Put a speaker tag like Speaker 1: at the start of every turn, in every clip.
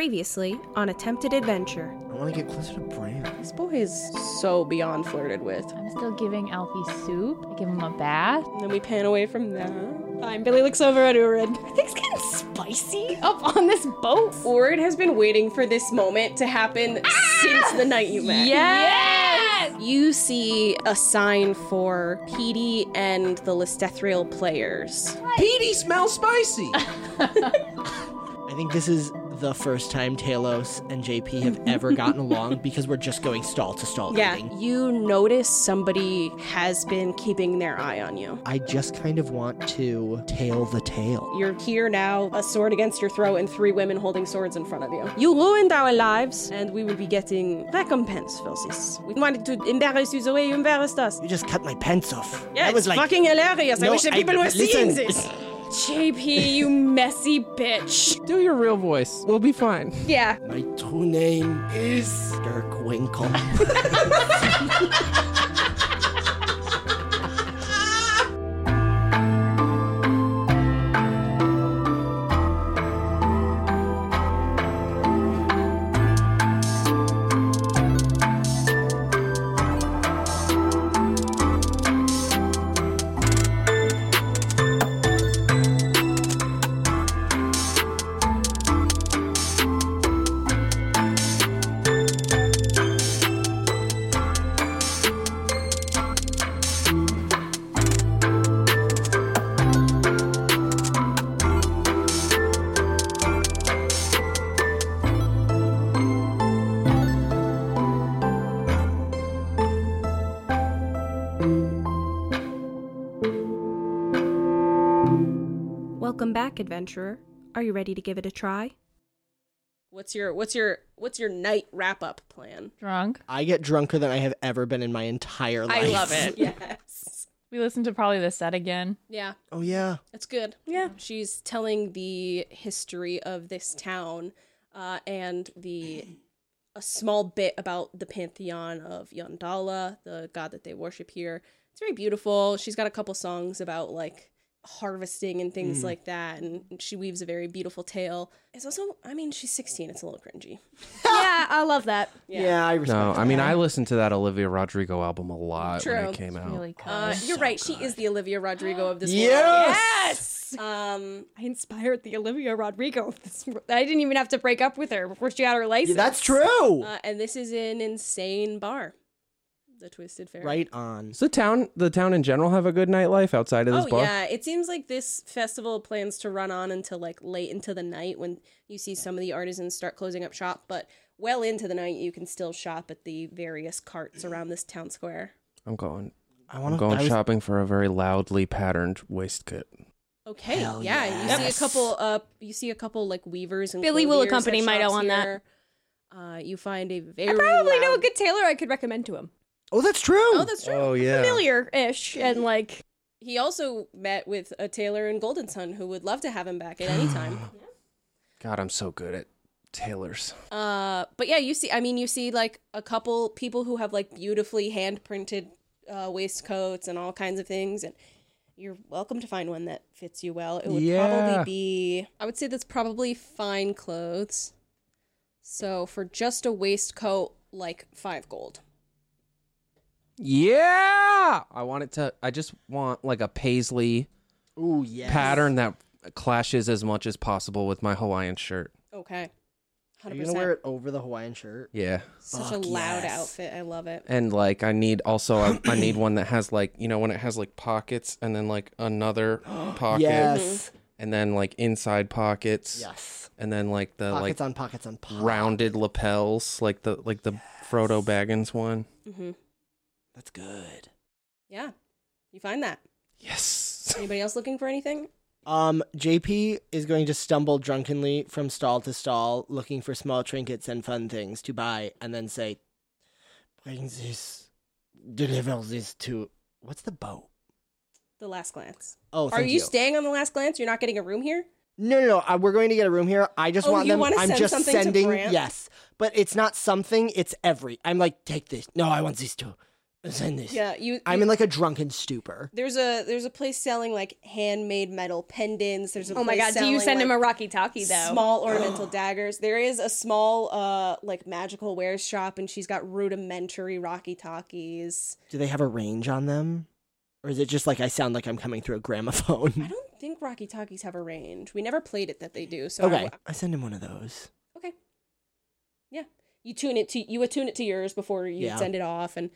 Speaker 1: Previously on Attempted Adventure.
Speaker 2: I want to get closer to Bran.
Speaker 3: This boy is so beyond flirted with.
Speaker 4: I'm still giving Alfie soup. I give him a bath.
Speaker 3: And then we pan away from that.
Speaker 5: Fine, Billy looks over at Urid. Things getting spicy up on this boat.
Speaker 3: Urid has been waiting for this moment to happen
Speaker 5: Ah!
Speaker 3: since the night you met.
Speaker 5: Yes!
Speaker 3: You see a sign for Petey and the Listethriel players.
Speaker 2: Petey smells spicy! I think this is the first time Talos and JP have ever gotten along because we're just going stall to stall
Speaker 3: Yeah,
Speaker 2: eating.
Speaker 3: you notice somebody has been keeping their eye on you.
Speaker 2: I just kind of want to tail the tail.
Speaker 3: You're here now, a sword against your throat, and three women holding swords in front of you. You ruined our lives, and we will be getting recompense for this. We wanted to embarrass you the way you embarrassed us.
Speaker 2: You just cut my pants off.
Speaker 3: Yeah,
Speaker 2: that was
Speaker 3: it's
Speaker 2: like
Speaker 3: fucking hilarious. I
Speaker 2: No,
Speaker 3: wish that
Speaker 2: I-
Speaker 3: people were seeing
Speaker 2: listen.
Speaker 3: this.
Speaker 5: JP, you messy bitch.
Speaker 6: Do your real voice. We'll be fine.
Speaker 3: Yeah.
Speaker 2: my true name is Dirk Winkle.
Speaker 1: Welcome back, adventurer. Are you ready to give it a try?
Speaker 3: What's your what's your what's your night wrap up plan?
Speaker 4: Drunk.
Speaker 2: I get drunker than I have ever been in my entire life.
Speaker 5: I love it.
Speaker 3: Yes.
Speaker 4: We listened to probably the set again.
Speaker 3: Yeah,
Speaker 2: Oh, yeah.
Speaker 3: it's good.
Speaker 5: Yeah.
Speaker 3: She's telling the history of this town, uh, and the a small bit about the pantheon of Yandala, the god that they worship here. It's very beautiful. She's got a couple songs about like harvesting and things like that, and she weaves a very beautiful tale. It's also, I mean, she's 16. It's a little cringy.
Speaker 5: yeah, I love that.
Speaker 2: Yeah, I respect
Speaker 6: No, I mean
Speaker 2: that.
Speaker 6: I listened to that Olivia Rodrigo album a lot when
Speaker 3: True.
Speaker 6: it came out.
Speaker 4: Really cool.
Speaker 3: Uh, you're right. She is the Olivia Rodrigo of this world.
Speaker 2: Yes!
Speaker 5: Yes!
Speaker 3: Um,
Speaker 5: I inspired the Olivia Rodrigo. of this wor- I didn't even have to break up with her before she got her license.
Speaker 2: Yeah, that's true!
Speaker 3: uh, and this is an insane bar, the Twisted Fairy.
Speaker 2: right on.
Speaker 6: Does the town the town in general have a good nightlife outside of this
Speaker 3: oh
Speaker 6: bar?
Speaker 3: yeah, it seems like this festival plans to run on until like late into the night when you see some of the artisans start closing up shop. But well into the night, you can still shop at the various carts around this town square.
Speaker 6: I'm going
Speaker 2: I
Speaker 6: I'm
Speaker 2: want
Speaker 6: going
Speaker 2: to
Speaker 6: shopping for a very loudly patterned waistcoat.
Speaker 3: Okay,
Speaker 2: Hell
Speaker 3: yeah,
Speaker 2: yeah.
Speaker 3: you see a couple. Uh, you see a couple like weavers and
Speaker 5: Billy will
Speaker 3: clothiers at
Speaker 5: accompany Mido
Speaker 3: shops
Speaker 5: on that.
Speaker 3: here. Uh, you find a very.
Speaker 5: I probably know a
Speaker 3: loud-
Speaker 5: good tailor I could recommend to him.
Speaker 2: Oh, that's true!
Speaker 3: Oh, that's true.
Speaker 6: Oh yeah.
Speaker 5: Familiar ish and like
Speaker 3: He also met with a tailor in Golden Sun who would love to have him back at any time.
Speaker 6: God, I'm so good at tailors.
Speaker 3: Uh, but yeah, you see, I mean, you see like a couple people who have like beautifully hand printed uh, waistcoats and all kinds of things, and you're welcome to find one that fits you well. It would
Speaker 6: Yeah.
Speaker 3: probably be, I would say that's probably fine clothes. So for just a waistcoat, like five gold.
Speaker 6: Yeah. I want it to I just want like a paisley
Speaker 2: Ooh, yes.
Speaker 6: pattern that clashes as much as possible with my Hawaiian shirt.
Speaker 3: Okay,
Speaker 2: Are
Speaker 3: hundred
Speaker 2: you gonna wear
Speaker 3: percent.
Speaker 2: it over the Hawaiian shirt?
Speaker 6: Yeah.
Speaker 3: Such a
Speaker 2: Fuck
Speaker 3: loud
Speaker 2: yes.
Speaker 3: outfit. I love it.
Speaker 6: and like I need also I, I need one that has like you know when it has like pockets and then like another pocket
Speaker 2: Yes.
Speaker 6: and then like inside pockets
Speaker 2: Yes.
Speaker 6: and then like the
Speaker 2: Pockets
Speaker 6: like
Speaker 2: on pockets on pockets.
Speaker 6: rounded lapels like the like the Frodo Baggins one.
Speaker 3: hmm
Speaker 2: That's good.
Speaker 3: Yeah, you find that.
Speaker 6: Yes.
Speaker 3: Anybody else looking for anything?
Speaker 2: Um, JP is going to stumble drunkenly from stall to stall, looking for small trinkets and fun things to buy, and then say, "Bring this, deliver this to what's the boat?"
Speaker 3: The last glance.
Speaker 2: Oh,
Speaker 3: Are
Speaker 2: thank
Speaker 3: you,
Speaker 2: you.
Speaker 3: staying on the last glance? You're not getting a room here?
Speaker 2: No, no, no. Uh, we're going to get a room here. I just
Speaker 3: Oh,
Speaker 2: want
Speaker 3: you
Speaker 2: them.
Speaker 3: wanna
Speaker 2: I'm
Speaker 3: send
Speaker 2: just
Speaker 3: something to
Speaker 2: sending.
Speaker 3: Brant?
Speaker 2: Yes, but it's not something. It's every. I'm like, take this. No, I want these two. Send this.
Speaker 3: Yeah, you.
Speaker 2: I'm
Speaker 3: you-
Speaker 2: in like a drunken stupor.
Speaker 3: There's a there's a place selling like handmade metal pendants. There's a
Speaker 5: Oh my
Speaker 3: place
Speaker 5: god, do you
Speaker 3: selling,
Speaker 5: send him a
Speaker 3: like,
Speaker 5: Rocky Talkie though?
Speaker 3: Small ornamental daggers. There is a small uh like magical wares shop, and she's got rudimentary rocky talkies.
Speaker 2: Do they have a range on them? Or is it just like I sound like I'm coming through a
Speaker 3: I
Speaker 2: gramophone?
Speaker 3: don't think rocky talkies have a range. We never played it that they do. So I
Speaker 2: Okay,
Speaker 3: w-
Speaker 2: I send him one of those.
Speaker 3: okay, yeah. You tune it to you attune it to yours before you
Speaker 2: Yeah.
Speaker 3: send it off, and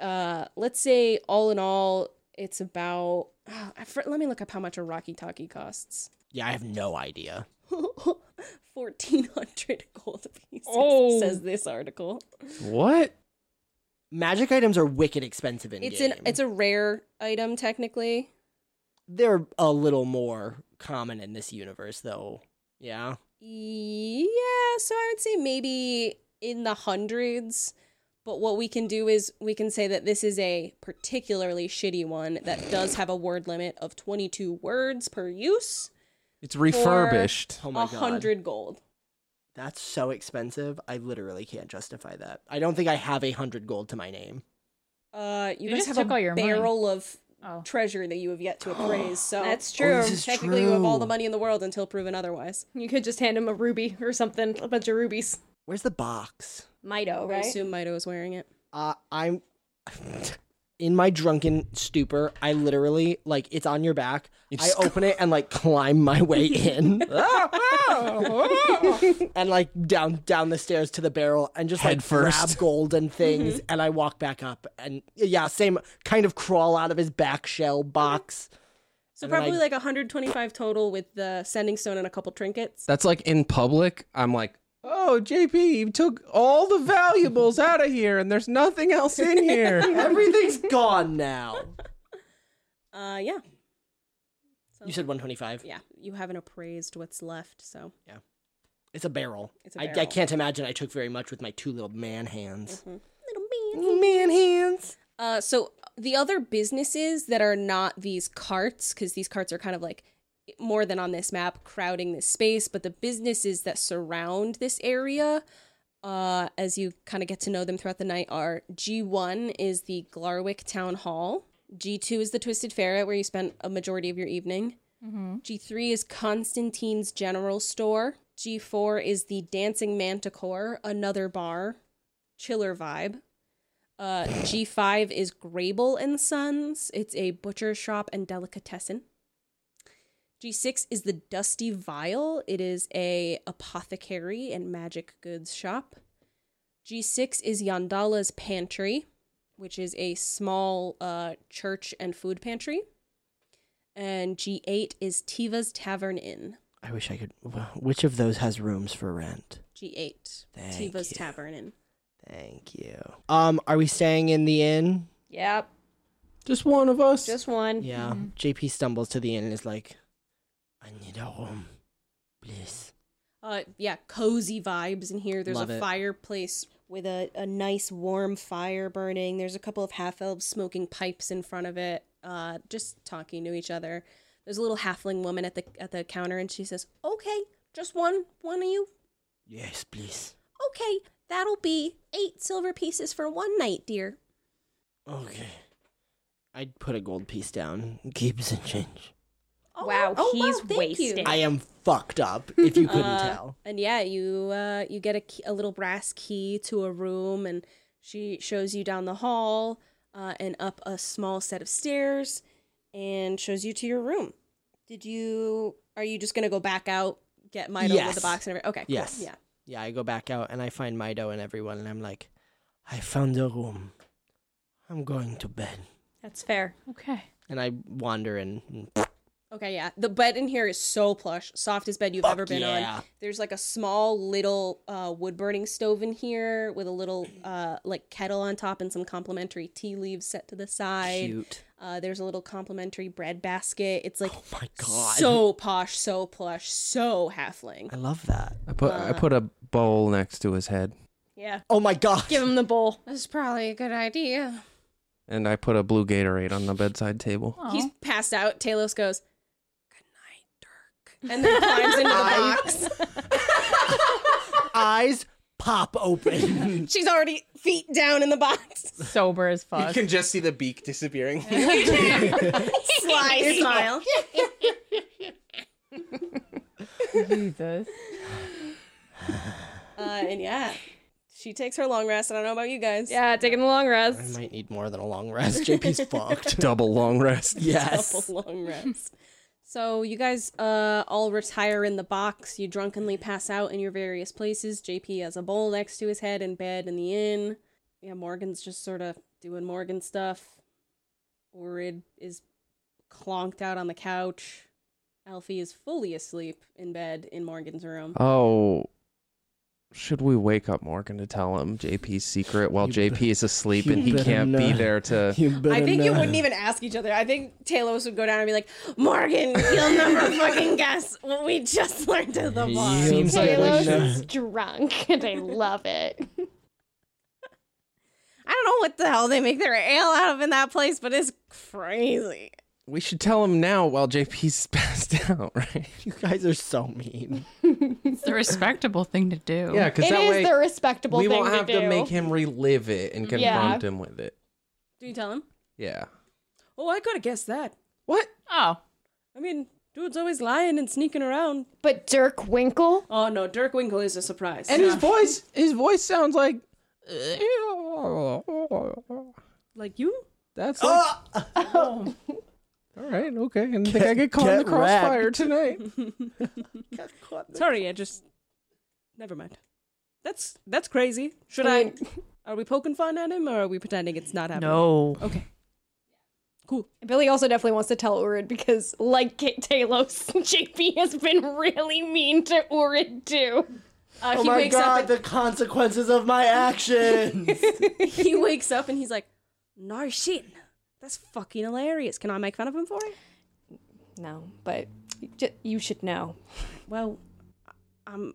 Speaker 3: uh let's say all in all, it's about. ah, I fr- let me look up how much a rocky talkie costs.
Speaker 2: Yeah, I have no idea.
Speaker 3: Fourteen hundred gold pieces
Speaker 4: Oh.
Speaker 3: says this article.
Speaker 6: What?
Speaker 2: Magic items are wicked expensive in
Speaker 3: It's
Speaker 2: game.
Speaker 3: an it's a rare item technically.
Speaker 2: They're a little more common in this universe, though. Yeah.
Speaker 3: Yeah, so I would say maybe in the hundreds. But what we can do is we can say that this is a particularly shitty one that does have a word limit of 22 words per use.
Speaker 6: It's refurbished.
Speaker 2: Oh
Speaker 3: A
Speaker 2: my god.
Speaker 3: 100 gold.
Speaker 2: That's so expensive. I literally can't justify that. I don't think I have a hundred gold to my name.
Speaker 3: Uh, you,
Speaker 4: You
Speaker 3: guys
Speaker 4: just
Speaker 3: have
Speaker 4: took
Speaker 3: a
Speaker 4: all your money.
Speaker 3: barrel of
Speaker 4: Oh.
Speaker 3: treasure that you have yet to appraise. So
Speaker 5: That's
Speaker 2: Oh,
Speaker 5: true.
Speaker 2: this is
Speaker 3: technically you have all the
Speaker 2: true.
Speaker 3: money in the world until proven otherwise.
Speaker 5: you could just hand him a ruby or something, a bunch of rubies.
Speaker 2: Where's the box?
Speaker 5: Mido,
Speaker 3: I
Speaker 5: right?
Speaker 3: assume Mido is wearing it.
Speaker 2: Uh, I'm in my drunken stupor. I literally like it's on your back.
Speaker 6: You
Speaker 2: I
Speaker 6: just-
Speaker 2: open it and like climb my way in, and like down down the stairs to the barrel, and just like
Speaker 6: Head first.
Speaker 2: grab gold and things, and I walk back up, and yeah, same kind of crawl out of his back shell box.
Speaker 3: So
Speaker 2: And then
Speaker 3: probably
Speaker 2: I-
Speaker 3: like 125 total with the sending stone and a couple trinkets.
Speaker 6: That's like in public. I'm like, oh, JP, you took all the valuables out of here, and there's nothing else in here.
Speaker 2: Everything's gone now.
Speaker 3: Uh, yeah. So,
Speaker 2: You said 125.
Speaker 3: yeah, you haven't appraised what's left, so
Speaker 2: It's a barrel.
Speaker 3: It's a
Speaker 2: I, I
Speaker 3: barrel.
Speaker 2: can't imagine I took very much with my two little man hands.
Speaker 3: little mean.
Speaker 2: Man hands.
Speaker 3: Uh, so the other businesses that are not these carts, because these carts are kind of like more than on this map, crowding this space, but the businesses that surround this area, uh, as you kind of get to know them throughout the night, are G1 is the Glarwick Town Hall. G2 is the Twisted Ferret, where you spent a majority of your evening. G3 is Constantine's General Store. G4 is the Dancing Manticore, another bar, chiller vibe. Uh, G5 is Grable and Sons. It's a butcher shop and delicatessen. G6 is the Dusty Vial. It is a apothecary and magic goods shop. G6 is Yandala's Pantry, which is a small uh, church and food pantry. And G8 is Tiva's Tavern Inn.
Speaker 2: I wish I could. wh- Which of those has rooms for rent?
Speaker 3: G8,
Speaker 2: Thank
Speaker 3: Tiva's
Speaker 2: you.
Speaker 3: Tavern Inn.
Speaker 2: Thank you. Um, are we staying in the inn?
Speaker 5: Yep.
Speaker 6: Just one of us.
Speaker 5: Just one.
Speaker 2: Yeah.
Speaker 3: Mm-hmm.
Speaker 2: JP stumbles to the inn and is like, "I need a room, please."
Speaker 3: Uh, yeah, cozy vibes in here. There's
Speaker 2: Love
Speaker 3: a
Speaker 2: it.
Speaker 3: fireplace with a, a nice warm fire burning. There's a couple of half elves smoking pipes in front of it, uh, just talking to each other. There's a little halfling woman at the at the counter, and she says, "Okay, just one one of you.
Speaker 2: Yes, please.
Speaker 3: Okay, that'll be eight silver pieces for one night, dear."
Speaker 2: Okay. I'd put a gold piece down. Keep some change.
Speaker 3: Oh,
Speaker 5: Wow,
Speaker 3: oh,
Speaker 5: he's
Speaker 3: wow, thank you.
Speaker 5: wasted.
Speaker 2: I am fucked up. If you couldn't
Speaker 3: Uh,
Speaker 2: tell.
Speaker 3: And yeah, you uh, you get a, key, a little brass key to a room, and she shows you down the hall uh, and up a small set of stairs, and shows you to your room. Did you? Are you just gonna go back out, get Mido with
Speaker 2: Yes.
Speaker 3: the box and everything? Okay. cool.
Speaker 2: Yes.
Speaker 3: Yeah.
Speaker 2: Yeah, I go back out and I find Mido and everyone, and I'm like, I found a room. I'm going to bed.
Speaker 5: That's fair.
Speaker 4: Okay.
Speaker 2: And I wander and.
Speaker 3: Okay. Yeah. The bed in here is so plush, softest bed you've ever been on. There's like a small little uh, wood burning stove in here with a little uh, like kettle on top and some complimentary tea leaves set to the side.
Speaker 2: Cute.
Speaker 3: Uh, there's a little complimentary bread basket. It's like
Speaker 2: Oh my god.
Speaker 3: so posh, so plush, so halfling.
Speaker 2: I love that.
Speaker 6: I put I put a bowl next to his head,
Speaker 5: Yeah.
Speaker 2: Oh my god.
Speaker 5: Give him the bowl.
Speaker 3: That's probably a good idea.
Speaker 6: and I put a blue Gatorade on the bedside table.
Speaker 4: Aw.
Speaker 3: He's passed out. Talos goes, "Good night, Dirk," and then climbs into the box.
Speaker 2: Eyes pop open.
Speaker 3: She's already feet down in the box.
Speaker 4: Sober as fuck.
Speaker 6: can just see the beak disappearing.
Speaker 3: Sly smile.
Speaker 4: Jesus.
Speaker 3: Uh, and yeah, she takes her long rest. I don't know about you guys.
Speaker 5: Yeah, taking the long
Speaker 2: I
Speaker 5: rest.
Speaker 2: might need more than a long rest. JP's fucked.
Speaker 6: Double long rest.
Speaker 2: Yes.
Speaker 3: Couple long rests. So you guys uh, all retire in the box. You drunkenly pass out in your various places. JP has a bowl next to his head in bed in the inn. Yeah, Morgan's just sort of doing Morgan stuff. Orid is clonked out on the couch. Alfie is fully asleep in bed in Morgan's room.
Speaker 6: Oh, should we wake up Morgan to tell him JP's secret while
Speaker 2: You
Speaker 6: JP
Speaker 2: bet-
Speaker 6: is asleep
Speaker 2: you
Speaker 6: and he
Speaker 2: better
Speaker 6: can't be
Speaker 2: not.
Speaker 6: there to?
Speaker 2: You better
Speaker 3: I think you
Speaker 2: not.
Speaker 3: wouldn't even ask each other. I think Talos would go down and be like, "Morgan, you'll never fucking guess what we just learned at the bar."
Speaker 2: You
Speaker 6: Seems like-
Speaker 2: better
Speaker 5: Taylor's
Speaker 2: not.
Speaker 5: is drunk and I love it.
Speaker 3: I don't know what the hell they make their ale out of in that place, but it's crazy.
Speaker 6: We should tell him now while JP's passed out, right?
Speaker 2: You guys are so mean.
Speaker 7: It's the respectable thing to do.
Speaker 6: Yeah, because
Speaker 5: It
Speaker 6: that
Speaker 5: is
Speaker 6: way
Speaker 5: the respectable
Speaker 6: we
Speaker 5: thing
Speaker 6: won't have
Speaker 5: to do.
Speaker 6: to make him relive it and confront
Speaker 5: Yeah.
Speaker 6: him with it.
Speaker 3: Do you tell him?
Speaker 6: Yeah.
Speaker 3: Oh, I could have guessed that.
Speaker 6: What?
Speaker 7: Oh,
Speaker 3: I mean, dude's always lying and sneaking around.
Speaker 5: But Dirk Winkle?
Speaker 3: Oh no, Dirk Winkle is a surprise.
Speaker 6: And his voice, his voice sounds like.
Speaker 3: like you?
Speaker 6: That's like,
Speaker 3: Uh,
Speaker 6: all right. Okay, and think I get caught in the
Speaker 2: get wrecked.
Speaker 6: crossfire tonight.
Speaker 3: Sorry, I just. Never mind. That's that's crazy. Should I? Are we poking fun at him, or are we pretending it's not happening?
Speaker 7: no.
Speaker 3: Okay.
Speaker 5: Billy also definitely wants to tell Urid because, like Kate Talos, JP has been really mean to Urid too.
Speaker 3: Uh,
Speaker 2: Oh my god, the consequences of my actions.
Speaker 3: he wakes up and he's like, "No shit, that's fucking hilarious. Can I make fun of him for it?"
Speaker 5: No, but j- you should know.
Speaker 3: Well, I- I'm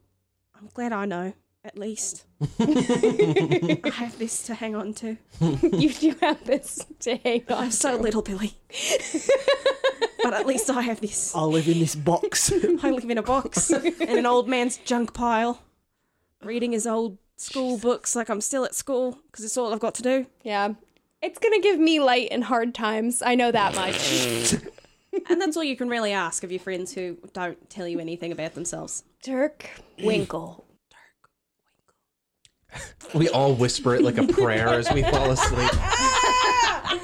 Speaker 3: I'm glad I know at least. I have this to hang on to.
Speaker 5: you do have this to hang on.
Speaker 3: I'm so little, Billy, but at least I have this.
Speaker 2: I'll live in this box.
Speaker 3: I live in a box in an old man's junk pile, reading his old school books like I'm still at school because it's all I've got to do.
Speaker 5: Yeah. It's gonna give me light and hard times. I know that much.
Speaker 3: And that's all you can really ask of your friends who don't tell you anything about themselves.
Speaker 5: Dirk Winkle.
Speaker 6: We all whisper it like a prayer as we fall asleep.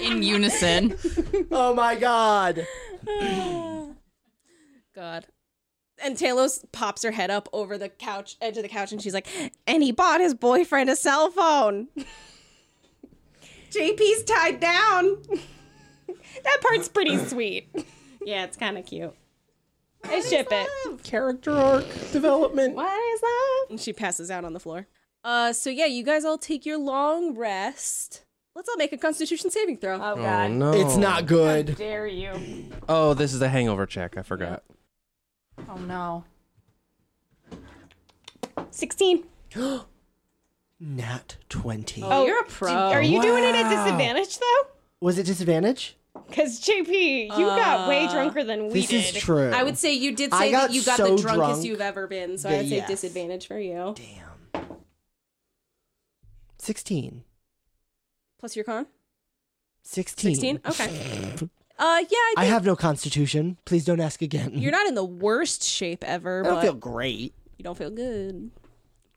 Speaker 7: In unison.
Speaker 2: oh my god.
Speaker 3: God. And Talos pops her head up over the couch, edge of the couch, and she's like, and he bought his boyfriend a cell phone. JP's tied down.
Speaker 5: That part's pretty sweet.
Speaker 3: Yeah, it's kind of cute.
Speaker 5: I ship it.
Speaker 6: Character arc development.
Speaker 5: What is that?
Speaker 3: And she passes out on the floor. Uh, so yeah, you guys all take your long rest. Let's all make a constitution saving throw.
Speaker 5: Oh
Speaker 6: Oh
Speaker 5: god.
Speaker 6: no!
Speaker 2: It's not good.
Speaker 5: Dare you.
Speaker 6: Oh, this is the hangover check. I forgot.
Speaker 7: Oh no.
Speaker 5: Sixteen.
Speaker 2: Nat 20.
Speaker 3: oh, you're a pro.
Speaker 5: Are you doing it at
Speaker 2: Wow.
Speaker 5: disadvantage though?
Speaker 2: Was it disadvantage?
Speaker 5: Because JP, you got way
Speaker 3: Uh,
Speaker 5: drunker than we
Speaker 2: this
Speaker 5: did.
Speaker 2: is true.
Speaker 3: I would say you did
Speaker 2: I
Speaker 3: say that
Speaker 2: got
Speaker 3: you got
Speaker 2: so
Speaker 3: the drunkest
Speaker 2: drunk
Speaker 3: you've ever been, so
Speaker 2: that-
Speaker 3: I'd say
Speaker 2: yes.
Speaker 3: disadvantage for you.
Speaker 2: Damn. 16.
Speaker 3: Plus your con?
Speaker 2: 16.
Speaker 3: 16? Okay. uh, yeah, I think
Speaker 2: I have no constitution. Please don't ask again.
Speaker 3: you're not in the worst shape ever,
Speaker 2: I don't
Speaker 3: but
Speaker 2: feel great.
Speaker 3: you don't feel good.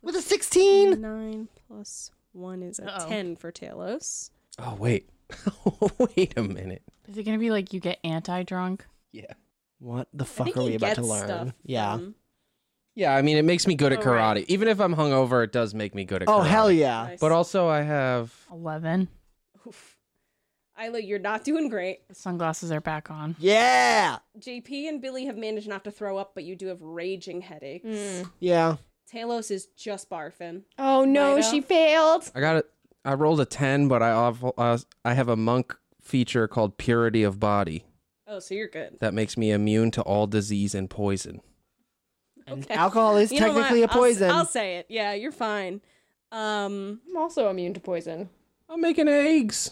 Speaker 2: With a 16?
Speaker 3: Nine plus one is a
Speaker 7: Uh-oh.
Speaker 3: ten for Talos.
Speaker 6: Oh wait, wait a minute.
Speaker 7: Is it gonna be like you get anti drunk?
Speaker 6: Yeah.
Speaker 2: What the
Speaker 3: I think
Speaker 2: fuck are
Speaker 3: he
Speaker 2: we about to
Speaker 3: gets
Speaker 2: learn?
Speaker 3: stuff
Speaker 2: yeah.
Speaker 3: from-
Speaker 6: Yeah, I mean, it makes me good at
Speaker 4: Oh,
Speaker 6: karate.
Speaker 4: right.
Speaker 6: Even if I'm hungover, it does make me good at karate.
Speaker 2: Oh,
Speaker 3: uh,
Speaker 2: hell yeah.
Speaker 3: Nice.
Speaker 6: But also, I have.
Speaker 7: Eleven.
Speaker 3: Oof. Isla, you're not doing great.
Speaker 7: The sunglasses are back on.
Speaker 2: Yeah.
Speaker 3: JP and Billy have managed not to throw up, but you do have raging headaches.
Speaker 2: Yeah.
Speaker 3: Talos is just barfing.
Speaker 5: Oh no,
Speaker 3: Lyda?
Speaker 5: she failed.
Speaker 6: I got it. I rolled a ten, but I awful, uh, I have a monk feature called purity of body
Speaker 3: Oh, so you're good.
Speaker 6: that makes me immune to all disease and poison.
Speaker 2: And
Speaker 3: Okay.
Speaker 2: alcohol is
Speaker 3: You know what?
Speaker 2: technically a
Speaker 3: I'll s-
Speaker 2: poison.
Speaker 3: I'll, say it. Yeah, you're fine. Um,
Speaker 5: I'm also immune to poison.
Speaker 6: I'm making eggs.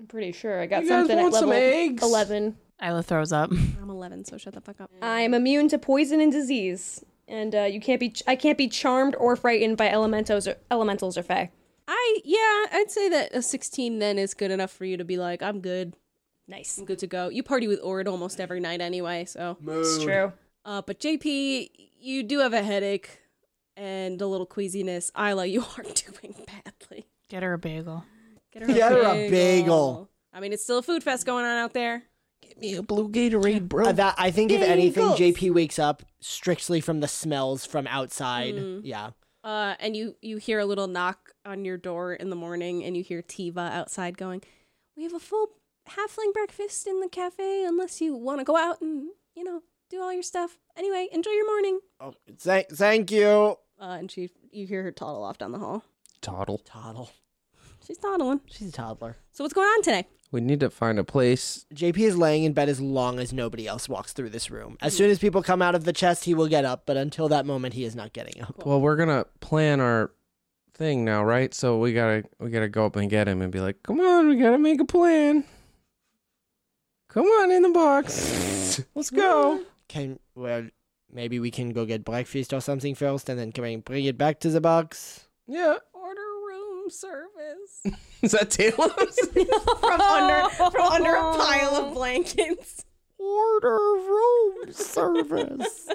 Speaker 5: I'm pretty sure. I got
Speaker 6: You guys
Speaker 5: something
Speaker 6: want
Speaker 5: at
Speaker 6: some
Speaker 5: level
Speaker 6: eggs?
Speaker 5: eleven.
Speaker 7: Isla throws up.
Speaker 3: I'm 11, so shut the fuck up.
Speaker 5: I'm immune to poison and disease. and uh, you can't be. I can't be charmed or frightened by elementals or elementals or fae.
Speaker 3: I yeah, I'd say that a 16 then is good enough for you to be like, I'm good,
Speaker 5: Nice.
Speaker 3: I'm good to go. You party with Ord almost every night anyway, so.
Speaker 5: It's true.
Speaker 3: Uh, but JP, you do have a headache and a little queasiness. Isla, you are doing badly.
Speaker 7: Get her a bagel.
Speaker 3: Get
Speaker 2: Get her a bagel.
Speaker 3: I mean, it's still a food fest going on out there.
Speaker 6: Get me a blue Gatorade, bro.
Speaker 2: Uh, that I think if
Speaker 5: Yay,
Speaker 2: anything,
Speaker 5: goals.
Speaker 2: JP wakes up strictly from the smells from outside.
Speaker 3: Hmm.
Speaker 2: Yeah.
Speaker 3: Uh, and you you hear a little knock on your door in the morning, and you hear Tiva outside going, "We have a full halfling breakfast in the cafe, unless you want to go out and you know do all your stuff. Anyway, enjoy your morning."
Speaker 2: Oh, thank, thank you.
Speaker 3: Uh, and she you hear her toddle off down the hall.
Speaker 6: Toddle.
Speaker 2: Toddle.
Speaker 3: She's toddling.
Speaker 2: She's a toddler.
Speaker 3: So what's going on today?
Speaker 6: We need to find a place.
Speaker 2: JP is laying in bed as long as nobody else walks through this room.
Speaker 3: Hmm.
Speaker 2: As soon as people come out of the chest, he will get up, but until that moment, he is not getting up.
Speaker 6: Well, we're gonna plan our thing now, right? So we gotta we gotta go up and get him and be like, come on, we gotta make a plan. Come on in the box. Let's go.
Speaker 2: Can well, maybe we can go get breakfast or something first, and then can we bring it back to the box?
Speaker 6: Yeah.
Speaker 3: Order room service
Speaker 6: Is that Taylor's?
Speaker 3: from under from under a pile of blankets.
Speaker 2: Order room service.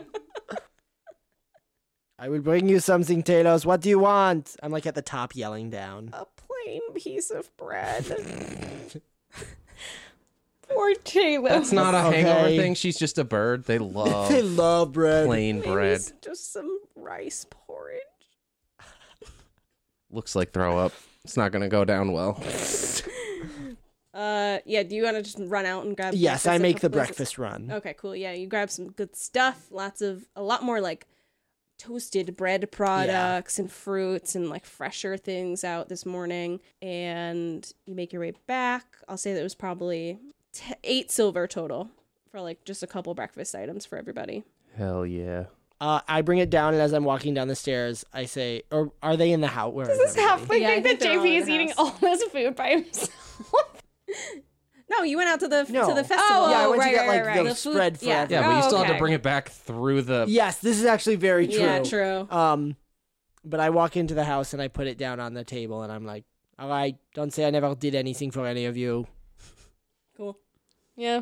Speaker 2: I will bring you something, Talos. What do you want? I'm like at the top yelling down.
Speaker 3: A plain piece of bread.
Speaker 5: Poor Taylor.
Speaker 6: That's not a
Speaker 2: Okay.
Speaker 6: hangover thing. She's just a bird. They love
Speaker 2: they love bread.
Speaker 6: plain bread.
Speaker 3: Just some rice porridge.
Speaker 6: Looks like throw up. It's not gonna go down well.
Speaker 3: Uh, yeah. Do you want to just run out and grab?
Speaker 2: Yes, I
Speaker 3: breakfast Oh. at
Speaker 2: make the
Speaker 3: places?
Speaker 2: breakfast run.
Speaker 3: Okay, cool. Yeah, you grab some good stuff. Lots of a lot more like toasted bread products and fruits and like fresher things out this morning. And you make your way back. I'll say that it was probably t- eight silver total for like just a couple breakfast items for everybody.
Speaker 6: Hell yeah.
Speaker 2: Uh, I bring it down, and as I'm walking down the stairs, I say, "Or are they in the house? Where is
Speaker 5: Does this
Speaker 2: everybody?
Speaker 5: halfling
Speaker 3: Yeah, I
Speaker 5: think,
Speaker 3: think
Speaker 5: that
Speaker 3: they're all in
Speaker 5: JP is
Speaker 3: the
Speaker 5: eating
Speaker 3: house.
Speaker 5: all this food by himself?
Speaker 3: No, you went out to the
Speaker 2: No.
Speaker 3: to the festival.
Speaker 5: Oh,
Speaker 2: yeah, I went
Speaker 5: right,
Speaker 2: to get
Speaker 5: right,
Speaker 2: like
Speaker 5: right,
Speaker 2: the,
Speaker 5: right.
Speaker 3: The food-
Speaker 2: spread for
Speaker 3: yeah.
Speaker 6: Yeah, Oh.
Speaker 2: everyone.
Speaker 6: but you
Speaker 5: Oh,
Speaker 6: still have
Speaker 5: okay.
Speaker 6: to bring it back through the.
Speaker 2: Yes, this is actually very true.
Speaker 3: Yeah, true.
Speaker 2: Um, but I walk into the house and I put it down on the table, and I'm like, "All right, don't say I never did anything for any of you.
Speaker 3: Cool.
Speaker 5: yeah.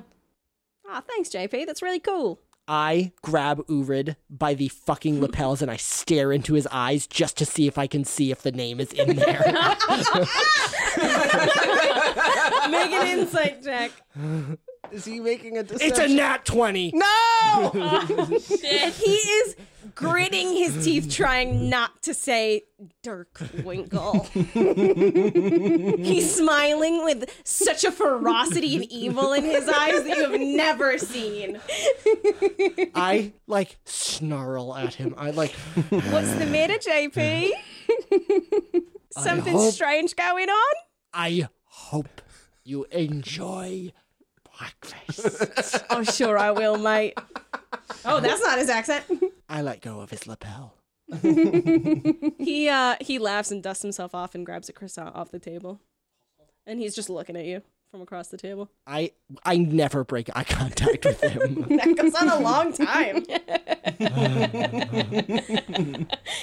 Speaker 3: Ah, thanks, JP. That's really cool.
Speaker 2: I grab Urid by the fucking lapels and I stare into his eyes just to see if I can see if the name is in there.
Speaker 3: Make an insight check.
Speaker 6: Is he making a?
Speaker 2: it's a nat 20.
Speaker 6: no.
Speaker 3: he is gritting his teeth, trying not to say Dirk Winkle. He's smiling with such a ferocity and evil in his eyes that you have never seen.
Speaker 2: I like snarl at him. I like,
Speaker 3: What's the matter, JP? Something
Speaker 2: hope-
Speaker 3: strange going on?
Speaker 2: I hope you enjoy breakfast.
Speaker 3: Oh, sure, I will, mate. Oh, that's not his accent.
Speaker 2: I let go of his lapel.
Speaker 3: He uh he laughs and dusts himself off and grabs a croissant off the table, and he's just looking at you from across the table.
Speaker 2: I I never break eye contact with him.
Speaker 3: That goes on a long time.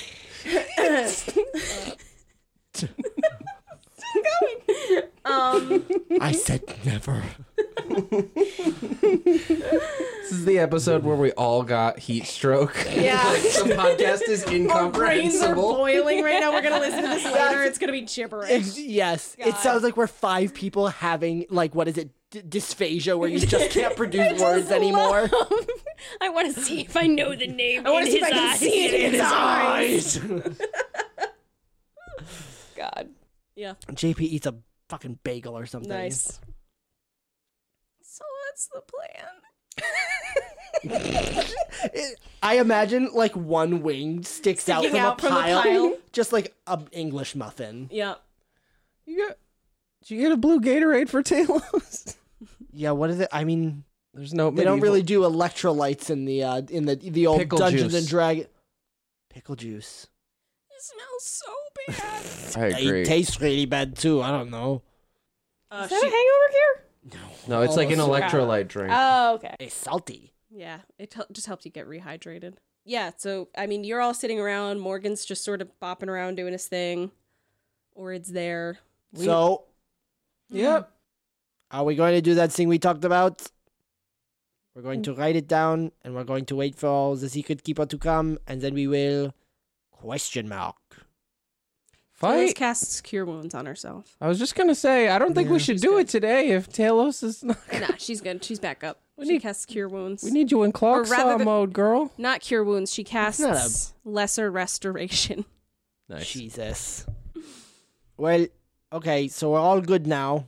Speaker 3: Um,
Speaker 2: I said never.
Speaker 6: This is the episode where we all got heat stroke.
Speaker 3: yeah.
Speaker 6: the podcast
Speaker 3: Um,
Speaker 6: is
Speaker 3: Our brains are
Speaker 6: incomprehensible.
Speaker 3: boiling right now. We're gonna listen to this later. It's gonna be gibberish.
Speaker 2: Ex- yes, it sounds like we're five people having like what is it d- dysphagia where you just can't produce words anymore.
Speaker 5: I want to see if I know the name. I
Speaker 3: wanna
Speaker 5: want to
Speaker 3: see if I can see it in his eyes.
Speaker 5: God.
Speaker 3: Yeah,
Speaker 2: JP eats a fucking bagel or something.
Speaker 3: nice. So what's the plan?
Speaker 2: It- I imagine like one wing sticks out
Speaker 3: Sticking
Speaker 2: from,
Speaker 3: out
Speaker 2: a,
Speaker 3: from the
Speaker 2: pile,
Speaker 3: pile.
Speaker 2: just like an English muffin.
Speaker 3: yeah.
Speaker 6: You got? Did you get a blue Gatorade for Talos?
Speaker 2: Yeah, what is it? I mean,
Speaker 6: There's no.
Speaker 2: they don't
Speaker 6: medieval-
Speaker 2: really do electrolytes in the uh, in the the old
Speaker 6: Pickle
Speaker 2: Dungeons
Speaker 6: juice.
Speaker 2: and Dragon. Pickle juice.
Speaker 3: It smells so bad.
Speaker 6: I agree.
Speaker 2: It tastes really bad too. I don't know.
Speaker 3: Uh,
Speaker 5: Is that a
Speaker 3: she-
Speaker 5: hangover cure?
Speaker 6: no, it's like an
Speaker 2: Oh,
Speaker 6: electrolyte drink.
Speaker 5: Oh, okay.
Speaker 2: It's salty.
Speaker 3: yeah, it hel- just helps you get rehydrated. yeah, so I mean, you're all sitting around. Morgan's just sort of bopping around doing his thing. Orid's there.
Speaker 2: So,
Speaker 6: Yep.
Speaker 2: are we going to do that thing we talked about? We're going to write it down, and we're going to wait for the secret keeper to come, and then we will question mark.
Speaker 3: Talos
Speaker 6: Fight.
Speaker 3: casts cure wounds on herself.
Speaker 6: I was just gonna say, I don't think we
Speaker 2: Yeah.
Speaker 6: should do it today if Talos is not.
Speaker 3: nah, she's good. She's back up.
Speaker 6: We
Speaker 3: She
Speaker 6: need-
Speaker 3: casts cure wounds.
Speaker 6: We need you in
Speaker 3: Or
Speaker 6: clock
Speaker 3: rather
Speaker 6: saw
Speaker 3: than-
Speaker 6: mode, girl.
Speaker 3: Not cure wounds. She
Speaker 2: not a-
Speaker 3: casts lesser restoration.
Speaker 2: Jesus. Well, okay, so we're all good now.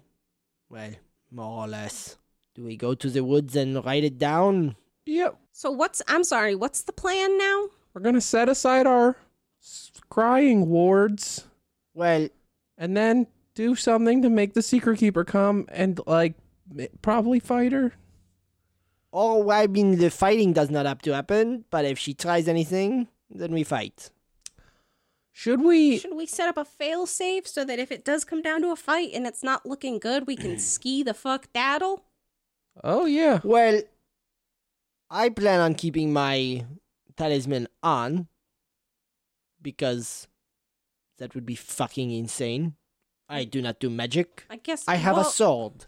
Speaker 2: Well, more or less. Do we go to the woods and write it down?
Speaker 6: Yep.
Speaker 3: So what's? I'm sorry. What's the plan now?
Speaker 6: We're gonna set aside our s- scrying wards
Speaker 2: Well,
Speaker 6: and then do something to make the secret keeper come and like m- probably fight her.
Speaker 2: oh, I mean, the fighting does not have to happen, but if she tries anything, then we fight.
Speaker 6: Should we?
Speaker 3: Should we set up a fail safe so that if it does come down to a fight and it's not looking good, we can ski the fuck daddle?
Speaker 6: Oh yeah.
Speaker 2: Well, I plan on keeping my talisman on because that would be fucking insane. I do not do magic.
Speaker 3: I guess
Speaker 2: I have a
Speaker 3: well,
Speaker 2: sword.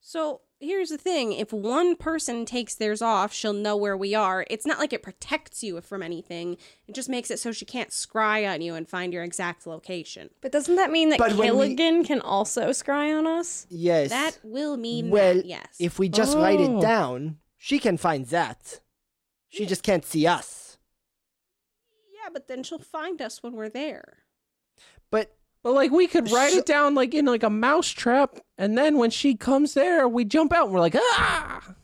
Speaker 3: So here's the thing: if one person takes theirs off, she'll know where we are. It's not like it protects you from anything; it just makes it so she can't scry on you and find your exact location.
Speaker 5: But doesn't that mean that
Speaker 2: But when we-
Speaker 5: Killigan can also scry on us?
Speaker 2: Yes.
Speaker 3: That will mean
Speaker 2: well,
Speaker 3: that, yes.
Speaker 2: if we just write it
Speaker 6: Oh.
Speaker 2: down, she can find that. She just can't see us.
Speaker 3: yeah, but then she'll find us when we're there.
Speaker 2: But
Speaker 6: But like we could write
Speaker 2: Sh-
Speaker 6: it down like in like a mouse trap, and then when she comes there, we jump out and we're like, ah!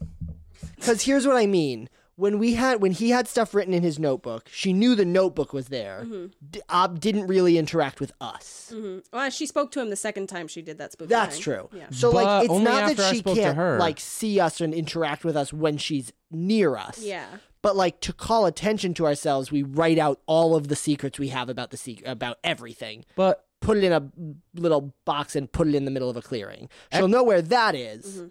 Speaker 2: Because here's what I mean. When we had when he had stuff written in his notebook, she knew the notebook was there.
Speaker 3: Mm-hmm.
Speaker 2: D- Ob didn't really interact with us.
Speaker 3: hmm Well, she spoke to him the second time she did that spooky.
Speaker 2: That's
Speaker 3: thing.
Speaker 2: true.
Speaker 3: Yeah.
Speaker 2: So
Speaker 6: But
Speaker 2: like it's
Speaker 6: only
Speaker 2: not
Speaker 6: after
Speaker 2: that
Speaker 6: I
Speaker 2: she
Speaker 6: spoke to
Speaker 2: can't
Speaker 6: her.
Speaker 2: like see us and interact with us when she's near us.
Speaker 3: Yeah.
Speaker 2: But like to call attention to ourselves, we write out all of the secrets we have about the secret about everything.
Speaker 6: But
Speaker 2: Put it in a little box and put it in the middle of a clearing. She'll know where that
Speaker 3: Mm-hmm.
Speaker 2: is.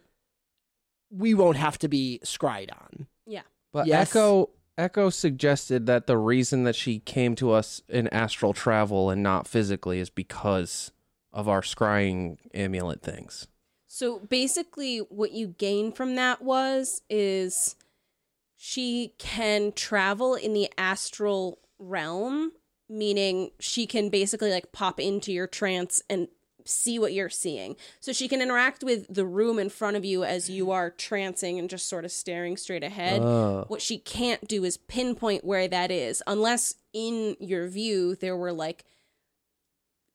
Speaker 2: We won't have to be scried on.
Speaker 6: But
Speaker 2: Yes.
Speaker 6: Echo Echo suggested that the reason that she came to us in astral travel and not physically is because of our scrying amulet things.
Speaker 3: So basically, what you gain from that was is she can travel in the astral realm, meaning she can basically like pop into your trance and see what you're seeing. So she can interact with the room in front of you as you are trancing and just sort of staring straight ahead.
Speaker 6: Oh.
Speaker 3: What she can't do is pinpoint where that is, unless in your view there were like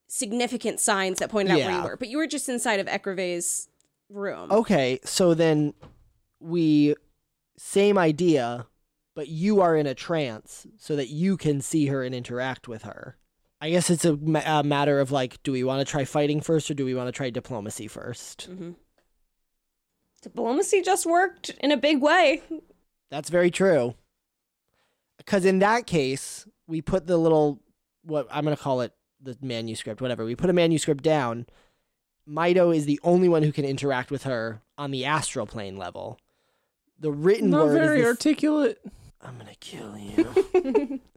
Speaker 3: significant signs that pointed out where you
Speaker 2: Yeah.
Speaker 3: were. But you were just inside of Ekrave's room.
Speaker 2: Okay, so then we same idea, but you are in a trance so that you can see her and interact with her. I guess it's a, ma- a matter of like, do we want to try fighting first or do we want to try diplomacy first?
Speaker 6: Mm.
Speaker 5: Diplomacy just worked in a big way.
Speaker 2: That's very true. Because in that case, we put the little what I'm going to call it the manuscript, whatever. We put a manuscript down. Mido is the only one who can interact with her on the astral plane level. The written
Speaker 6: Not
Speaker 2: word
Speaker 6: very
Speaker 2: is the f-
Speaker 6: articulate.
Speaker 2: I'm gonna kill you.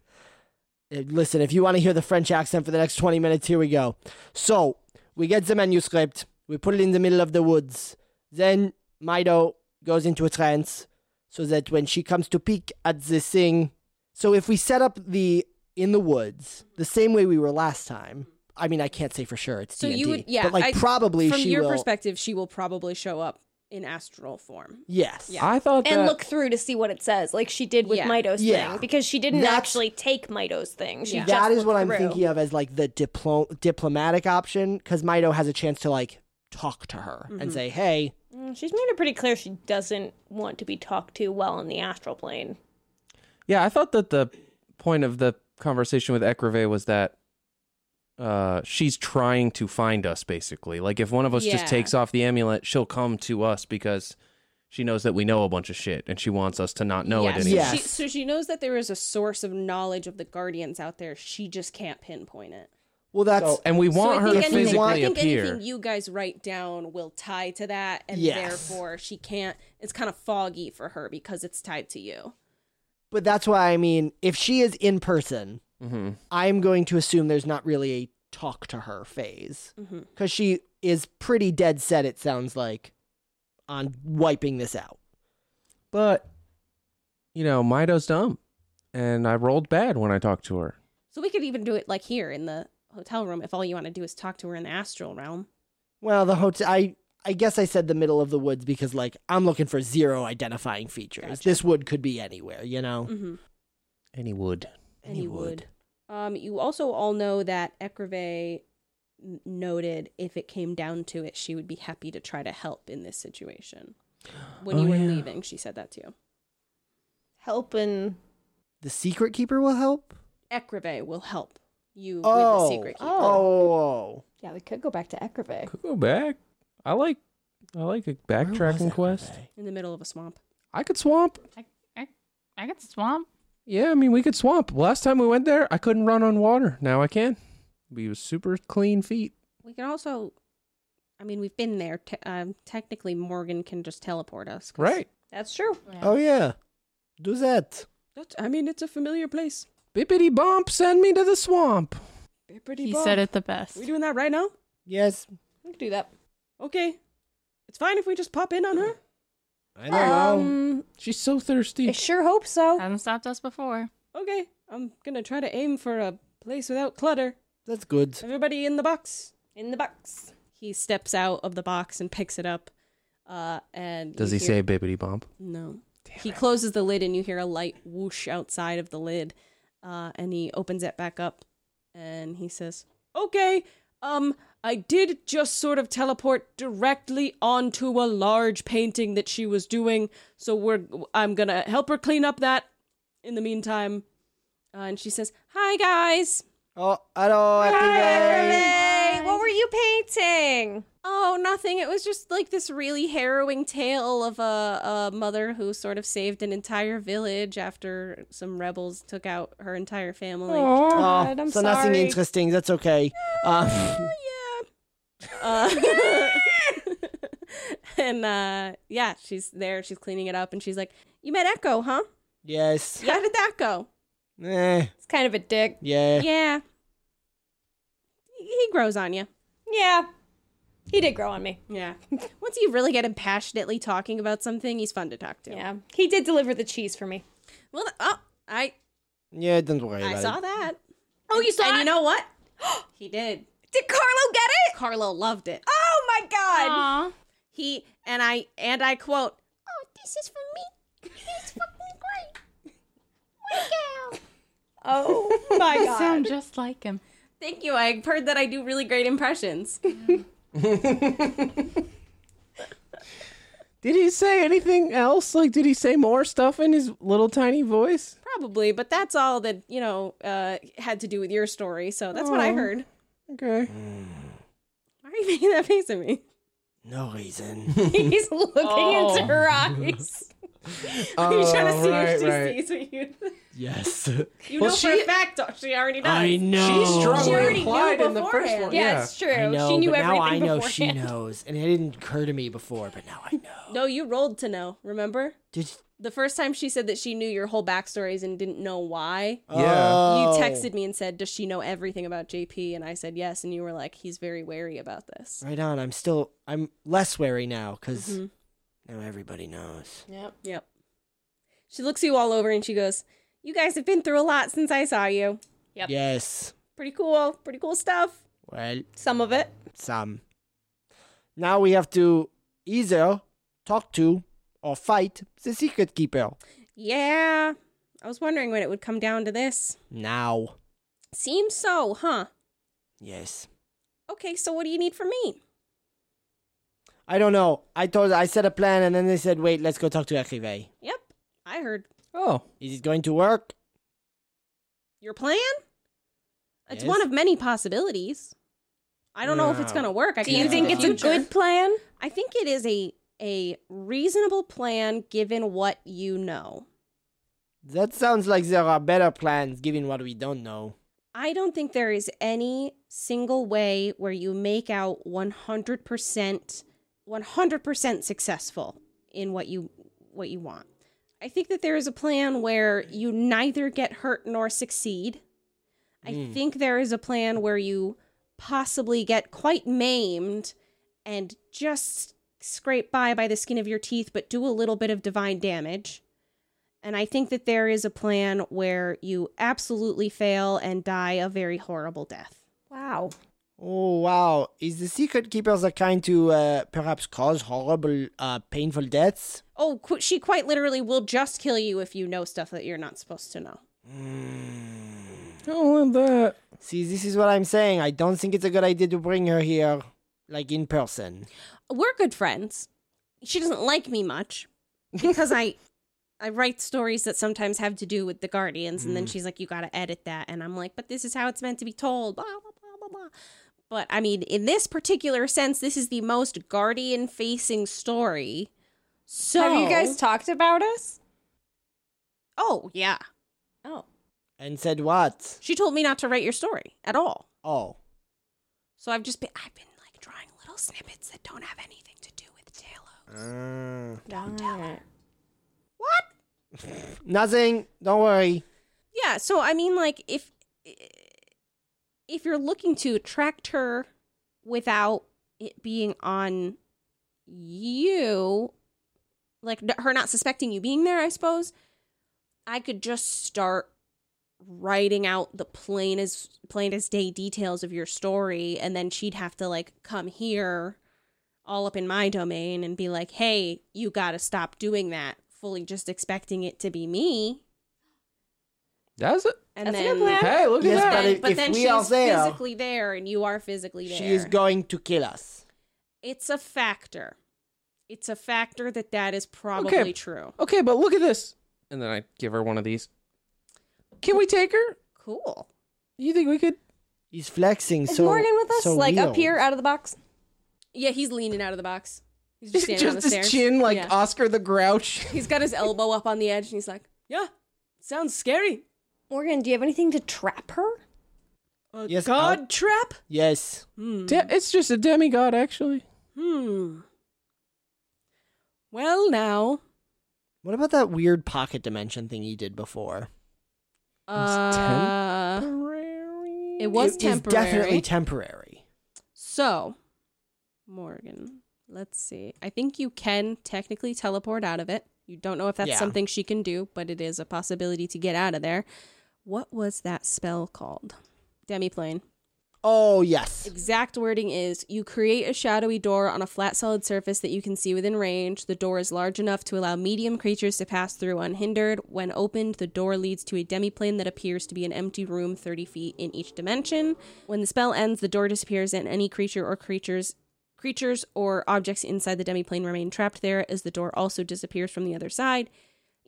Speaker 2: Uh, Listen, if you want to hear the French accent for the next 20 minutes, here we go. So, we get the manuscript, we put it in the middle of the woods. Then, Mido goes into a trance so that when she comes to peek at the thing. So, if we set up the in the woods the same way we were last time, I mean, I can't say for sure it's
Speaker 3: So
Speaker 2: D&D,
Speaker 3: you would- yeah,
Speaker 2: but like
Speaker 3: I-
Speaker 2: probably
Speaker 3: From
Speaker 2: she
Speaker 3: your
Speaker 2: will.
Speaker 3: perspective, she will probably show up in astral form.
Speaker 2: yes.
Speaker 3: Yeah.
Speaker 6: I thought
Speaker 5: and
Speaker 6: that
Speaker 5: look through to see what it says, like she did with
Speaker 3: Yeah.
Speaker 5: Mido's
Speaker 2: Yeah.
Speaker 5: thing, because she didn't
Speaker 2: That's-
Speaker 5: actually take Mido's thing. She
Speaker 3: Yeah.
Speaker 5: just
Speaker 2: that is what
Speaker 5: looked
Speaker 2: I'm
Speaker 5: through.
Speaker 2: thinking of as like the diplo- diplomatic option because Mido has a chance to like talk to her and say, "Hey,
Speaker 5: Mm, She's made it pretty clear she doesn't want to be talked to while in the astral plane.
Speaker 6: Yeah, I thought that the point of the conversation with Ekrave was that uh she's trying to find us basically. Like if one of us
Speaker 3: Yeah.
Speaker 6: just takes off the amulet, she'll come to us because she knows that we know a bunch of shit and she wants us to not know
Speaker 3: yeah,
Speaker 6: it
Speaker 3: so,
Speaker 6: anymore.
Speaker 2: Yes.
Speaker 3: she, so she knows that there is a source of knowledge of the guardians out there. She just can't pinpoint it.
Speaker 2: well, that's
Speaker 6: So- and we want
Speaker 3: so I
Speaker 6: her to
Speaker 3: think
Speaker 2: if we
Speaker 3: anything,
Speaker 6: physically
Speaker 2: want-
Speaker 3: I think
Speaker 6: appear.
Speaker 3: anything you guys write down will tie to that, and
Speaker 2: Yes.
Speaker 3: therefore she can't. It's kind of foggy for her because it's tied to you.
Speaker 2: But that's why I mean, if she is in person,
Speaker 6: Mm-hmm.
Speaker 2: I'm going to assume there's not really a talk to her phase
Speaker 3: Mhm.
Speaker 2: because she is pretty dead set. It sounds like on wiping this out.
Speaker 6: But you know, Mido's dumb, and I rolled bad when I talked to her.
Speaker 3: So we could even do it like here in the hotel room if all you want to do is talk to her in the astral realm.
Speaker 2: Well, the hotel. I I guess I said the middle of the woods because like I'm looking for zero identifying features.
Speaker 3: Gotcha.
Speaker 2: This wood could be anywhere, you know.
Speaker 3: Mm-hmm.
Speaker 6: Any wood.
Speaker 3: And you would. Um, you also all know that Ekrave n- noted if it came down to it, she would be happy to try to help in this situation. When you
Speaker 6: Oh,
Speaker 3: were
Speaker 6: yeah.
Speaker 3: leaving, she said that to you.
Speaker 5: Helping.
Speaker 2: The secret keeper will help.
Speaker 3: Ekrave will help you
Speaker 2: oh,
Speaker 3: with the secret keeper.
Speaker 2: oh,
Speaker 5: Yeah, we could go back to Ekrave.
Speaker 6: Could go back. I like. I like a
Speaker 2: Where oh. was
Speaker 6: backtracking
Speaker 2: it?
Speaker 6: quest.
Speaker 3: In the middle of a swamp.
Speaker 6: I could swamp.
Speaker 7: I got swamp.
Speaker 6: Yeah, I mean we could swamp. Last time we went there, I couldn't run on water. Now I can. We was super clean feet.
Speaker 3: We can also, I mean, we've been there. Te- um, technically, Morgan can just teleport us. 'cause
Speaker 6: Right.
Speaker 5: That's true.
Speaker 2: Oh yeah, do that.
Speaker 3: That, I mean, it's a familiar place.
Speaker 6: Bippity bump, send me to the swamp.
Speaker 7: He said it the best.
Speaker 3: We doing that right now?
Speaker 2: Yes.
Speaker 5: We could do that.
Speaker 3: Okay. It's fine if we just pop in on her.
Speaker 2: I don't
Speaker 5: Um,
Speaker 2: know.
Speaker 6: She's so thirsty.
Speaker 5: I sure hope so.
Speaker 7: Hasn't stopped us before.
Speaker 3: Okay. I'm gonna try to aim for a place without clutter.
Speaker 2: That's good.
Speaker 3: Everybody in the box.
Speaker 5: In the box.
Speaker 3: He steps out of the box and picks it up. Uh, and
Speaker 6: Does
Speaker 3: you
Speaker 6: he
Speaker 3: hear-
Speaker 6: say bippity bump?
Speaker 3: no? he closes the lid, and you hear a light whoosh outside of the lid. Uh, and he opens it back up, and he says, "Okay, um, I did just sort of teleport directly onto a large painting that she was doing. So we're I'm gonna help her clean up that. In the meantime, uh, and she says, "Hi guys."
Speaker 2: Oh, hello, everybody.
Speaker 5: Hey, what were you painting?
Speaker 3: Oh, nothing. It was just like this really harrowing tale of a, a mother who sort of saved an entire village after some rebels took out her entire family.
Speaker 2: Oh,
Speaker 5: God, I'm
Speaker 2: so nothing
Speaker 5: sorry.
Speaker 2: interesting. That's okay. Um,
Speaker 3: Uh, and uh, yeah, she's there. She's cleaning it up, and she's like, "You met Echo, huh?
Speaker 2: yes.
Speaker 3: How did that go?
Speaker 2: Eh,
Speaker 5: It's kind of a dick.
Speaker 2: yeah.
Speaker 3: yeah, he he grows on you.
Speaker 5: Yeah. He did grow on me.
Speaker 3: Yeah. Once you really get him passionately talking about something, he's fun to talk to.
Speaker 5: Yeah. He did deliver the cheese for me.
Speaker 3: Well, oh, I
Speaker 2: Yeah, don't worry
Speaker 3: I
Speaker 2: about
Speaker 3: saw
Speaker 2: it.
Speaker 3: that.
Speaker 5: Oh, you
Speaker 3: And you know what? he did.
Speaker 5: Did Carlo get it?
Speaker 3: Carlo loved it.
Speaker 5: Oh my god.
Speaker 7: Aw.
Speaker 3: He and I and I quote, "Oh, this is for me. It's fucking great."
Speaker 5: Oh my
Speaker 7: You sound just like him.
Speaker 3: Thank you. I heard that I do really great impressions.
Speaker 6: Did he say anything else? Like, did he say more stuff in his little tiny voice?
Speaker 3: Probably, but that's all that, you know, uh, had to do with your story. So that's what I heard.
Speaker 6: Okay.
Speaker 3: Why are you making that face at me?
Speaker 2: No reason.
Speaker 5: He's looking
Speaker 7: Oh.
Speaker 5: into her eyes.
Speaker 3: Are you trying to see
Speaker 6: right,
Speaker 3: if she
Speaker 6: right.
Speaker 3: sees what you
Speaker 2: yes.
Speaker 3: You
Speaker 6: Well,
Speaker 3: know for
Speaker 6: she-
Speaker 3: a fact oh, she already does.
Speaker 2: I know.
Speaker 6: She strongly
Speaker 3: already
Speaker 6: implied
Speaker 3: knew
Speaker 6: in the first
Speaker 3: beforehand.
Speaker 6: one.
Speaker 5: Yeah, it's true.
Speaker 2: I know,
Speaker 5: she knew
Speaker 2: but
Speaker 5: everything
Speaker 2: now I know she
Speaker 5: beforehand.
Speaker 2: knows, and it didn't occur to me before, but now I know.
Speaker 3: No, you rolled to know, remember?
Speaker 2: Did
Speaker 3: The first time she said that she knew your whole backstories and didn't know why.
Speaker 6: Yeah.
Speaker 2: Oh.
Speaker 3: you texted me and said, "Does she know everything about JP?" And I said, "Yes." And you were like, "He's very wary about this."
Speaker 2: Right on. I'm still. I'm less wary now because now everybody knows.
Speaker 3: Yep. She looks you all over and she goes, "You guys have been through a lot since I saw you.
Speaker 5: Yep.
Speaker 2: Yes.
Speaker 3: Pretty cool. Pretty cool stuff."
Speaker 2: Well,
Speaker 5: Some of it.
Speaker 2: some. Now we have to either talk to or fight the secret keeper.
Speaker 3: Yeah. I was wondering when it would come down to this.
Speaker 2: Now.
Speaker 3: Seems so, huh?
Speaker 2: Yes.
Speaker 3: Okay, so what do you need from me?
Speaker 2: I don't know. I told. I said a plan, and then they said, "Wait, let's go talk to Ecrive.
Speaker 3: Yep. I heard
Speaker 6: Oh.
Speaker 2: Is it going to work?"
Speaker 3: your plan? It's
Speaker 2: Yes.
Speaker 3: one of many possibilities. I don't know if it's
Speaker 2: No.
Speaker 3: going to work. I
Speaker 5: Do you
Speaker 3: can't
Speaker 5: think
Speaker 3: see
Speaker 5: it's
Speaker 3: the
Speaker 5: a
Speaker 3: future.
Speaker 5: good plan?
Speaker 3: I think it is a a reasonable plan given what you know.
Speaker 2: That sounds like there are better plans, given what we don't know.
Speaker 3: I don't think there is any single way where you make out 100% 100% successful in what you what you want. I think that there is a plan where you neither get hurt nor succeed. I
Speaker 2: Mm.
Speaker 3: think there is a plan where you possibly get quite maimed and just scrape by by the skin of your teeth, but do a little bit of divine damage. And I think that there is a plan where you absolutely fail and die a very horrible death.
Speaker 5: Wow.
Speaker 2: Oh wow! Is the secret keepers are kind to uh, perhaps cause horrible, uh, painful deaths?
Speaker 3: Oh, qu- she quite literally will just kill you if you know stuff that you're not supposed to know.
Speaker 6: I don't want that.
Speaker 2: See, this is what I'm saying. I don't think it's a good idea to bring her here, like in person.
Speaker 3: we're good friends. She doesn't like me much because I I write stories that sometimes have to do with the Guardians, and then she's like, "You got to edit that," and I'm like, "But this is how it's meant to be told." Blah blah blah blah blah. But I mean, in this particular sense, this is the most Guardian-facing story. So
Speaker 5: Have you guys talked about us?
Speaker 3: oh yeah,
Speaker 5: Oh.
Speaker 2: And said what?
Speaker 3: she told me not to write your story at all.
Speaker 2: Oh,
Speaker 3: So I've just been I've been like drawing little snippets that don't have anything to do with Talos.
Speaker 5: Ah.
Speaker 2: Uh,
Speaker 5: Darn.
Speaker 3: What?
Speaker 2: nothing. Don't worry.
Speaker 3: Yeah, so I mean like if if you're looking to attract her without it being on you like n- her not suspecting you being there, I suppose, I could just start writing out the plain as plain as day details of your story and then she'd have to like come here all up in my domain and be like, "Hey, you got to stop doing that." Fully just expecting it to be me.
Speaker 6: That's it.
Speaker 3: And
Speaker 5: That's a
Speaker 3: then
Speaker 5: good plan.
Speaker 6: Hey, look
Speaker 2: Yes,
Speaker 6: at
Speaker 2: but
Speaker 6: that.
Speaker 3: then,
Speaker 2: if-
Speaker 3: but
Speaker 2: if
Speaker 3: then
Speaker 2: we
Speaker 3: she's
Speaker 2: are there-
Speaker 3: physically there and you are physically there.
Speaker 2: She is going to kill us.
Speaker 3: it's a factor. It's a factor that that is probably
Speaker 6: Okay.
Speaker 3: true.
Speaker 6: Okay, but look at this. And then I give her one of these. Can we take her?
Speaker 3: Cool.
Speaker 6: You think we could?
Speaker 2: He's flexing
Speaker 5: Is
Speaker 2: so.
Speaker 5: Morgan with us?
Speaker 2: so
Speaker 5: like
Speaker 2: real.
Speaker 5: up here out of the box?
Speaker 3: Yeah, he's leaning out of the box. He's just
Speaker 6: Just,
Speaker 3: standing on the
Speaker 6: his
Speaker 3: stairs.
Speaker 6: chin, like
Speaker 3: Yeah.
Speaker 6: Oscar the Grouch.
Speaker 3: he's got his
Speaker 2: oh.
Speaker 3: elbow up on the edge and he's like, "Yeah, sounds scary."
Speaker 5: Morgan, do you have anything to trap her?
Speaker 3: A
Speaker 2: Yes,
Speaker 3: god
Speaker 2: I'll-
Speaker 3: trap.
Speaker 2: Yes.
Speaker 3: Hmm.
Speaker 6: De- it's just a demigod, actually.
Speaker 3: hmm. Well, now,
Speaker 2: What about that weird pocket dimension thing you did before?
Speaker 3: uh, it was
Speaker 2: It is
Speaker 3: temporary.
Speaker 2: definitely temporary.
Speaker 3: So, Morgan, let's see. I think you can technically teleport out of it. You don't know if that's
Speaker 2: Yeah.
Speaker 3: something she can do, but it is a possibility to get out of there. What was that spell called? Demiplane.
Speaker 2: Oh yes.
Speaker 3: Exact wording is you create a shadowy door on a flat solid surface that you can see within range. The door is large enough to allow medium creatures to pass through unhindered. When opened, the door leads to a demiplane that appears to be an empty room 30 feet in each dimension. When the spell ends, the door disappears and any creature or creatures creatures or objects inside the demiplane remain trapped there as the door also disappears from the other side.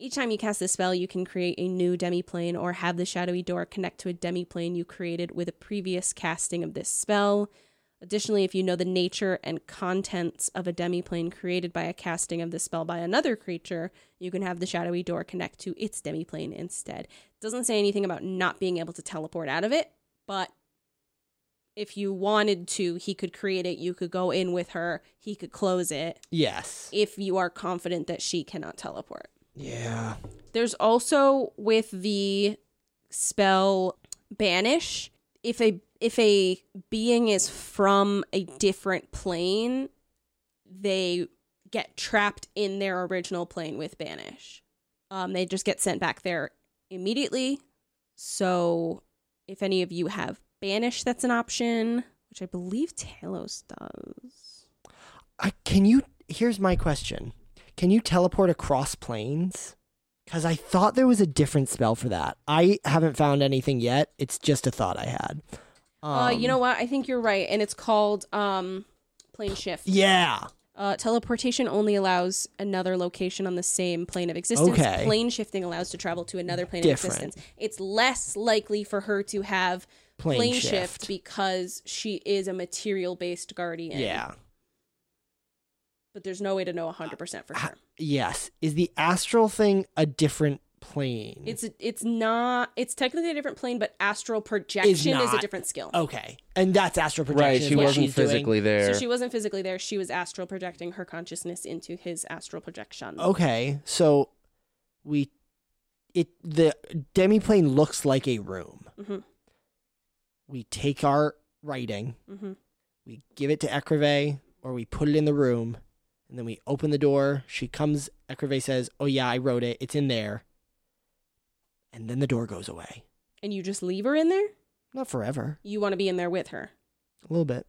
Speaker 3: Each time you cast this spell, you can create a new demiplane or have the shadowy door connect to a demiplane you created with a previous casting of this spell. Additionally, if you know the nature and contents of a demiplane created by a casting of this spell by another creature, you can have the shadowy door connect to its demiplane instead. doesn't say anything about not being able to teleport out of it, but if you wanted to, he could create it, you could go in with her, he could close it
Speaker 2: Yes.
Speaker 3: if you are confident that she cannot teleport.
Speaker 2: Yeah.
Speaker 3: There's also with the spell banish, if a if a being is from a different plane, they get trapped in their original plane with banish. Um, they just get sent back there immediately. So if any of you have banish, that's an option, which I believe Talos does.
Speaker 2: I, can you? Here's my question: Can you teleport across planes? Because I thought there was a different spell for that. I haven't found anything yet. It's just a thought I had.
Speaker 3: uh, you know
Speaker 2: Um,
Speaker 3: what? I think you're right, and it's called um, plane shift.
Speaker 2: Yeah.
Speaker 3: Uh, teleportation only allows another location on the same plane of existence.
Speaker 2: Okay.
Speaker 3: Plane shifting allows to travel to another plane
Speaker 2: Different.
Speaker 3: of existence. It's less likely for her to have
Speaker 2: Plane, shift.
Speaker 3: because she is a material based guardian.
Speaker 2: yeah.
Speaker 3: But there's no way to know 100% for
Speaker 2: Ha-
Speaker 3: sure.
Speaker 2: Yes. Is the astral thing a different plane?
Speaker 3: It's it's not it's technically a different plane, but astral projection is a
Speaker 2: not.
Speaker 3: different skill.
Speaker 2: okay, and that's astral projection.
Speaker 6: right,
Speaker 2: is
Speaker 6: she
Speaker 2: what
Speaker 6: wasn't
Speaker 2: she's doing.
Speaker 6: physically there.
Speaker 3: So she wasn't physically there, she was astral projecting her consciousness into his astral projection.
Speaker 2: Okay, so we it the demiplane looks like a room.
Speaker 3: Mhm.
Speaker 2: We take our writing,
Speaker 3: Mm-hmm.
Speaker 2: we give it to Ecrive, or we put it in the room, and then we open the door. She comes. Ecrive says, "Oh yeah, I wrote it. It's in there." And then the door goes away.
Speaker 3: And you just leave her in there?
Speaker 2: Not forever.
Speaker 3: You want to be in there with her.
Speaker 2: A little bit.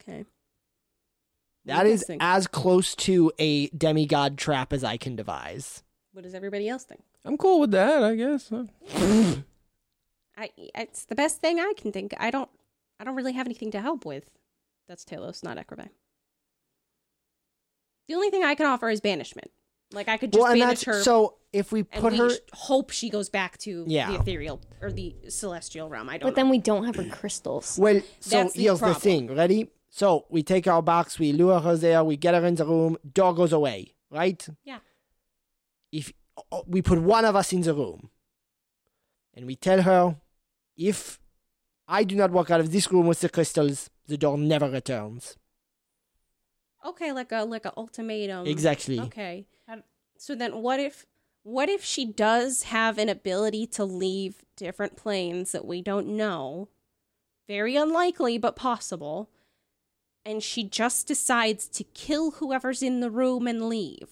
Speaker 3: Okay.
Speaker 2: That is
Speaker 3: Interesting.
Speaker 2: as close to a demigod trap as I can devise.
Speaker 3: What does everybody else think?
Speaker 6: I'm cool with that, I guess.
Speaker 3: I it's the best thing I can think. I don't I don't really have anything to help with. That's Talos, not Ecribe. The only thing I can offer is banishment. Like I could just
Speaker 2: well, and
Speaker 3: banish
Speaker 2: that's
Speaker 3: her
Speaker 2: so. If we
Speaker 3: and
Speaker 2: put
Speaker 3: we
Speaker 2: her,
Speaker 3: sh- hope she goes back to
Speaker 2: Yeah.
Speaker 3: the ethereal or the celestial realm. I don't
Speaker 5: But
Speaker 3: know.
Speaker 5: then we don't have her crystals.
Speaker 2: Well, so
Speaker 3: That's the
Speaker 2: here's the
Speaker 3: problem.
Speaker 2: thing. Ready? So we take our box, we lure her there, we get her in the room, door goes away, right?
Speaker 3: Yeah.
Speaker 2: If oh, we put one of us in the room and we tell her, if I do not walk out of this room with the crystals, the door never returns.
Speaker 3: okay, like a like a ultimatum.
Speaker 2: exactly.
Speaker 3: Um, Okay.
Speaker 7: And-
Speaker 3: So then what if what if she does have an ability to leave different planes that we don't know? Very unlikely but possible. And she just decides to kill whoever's in the room and leave.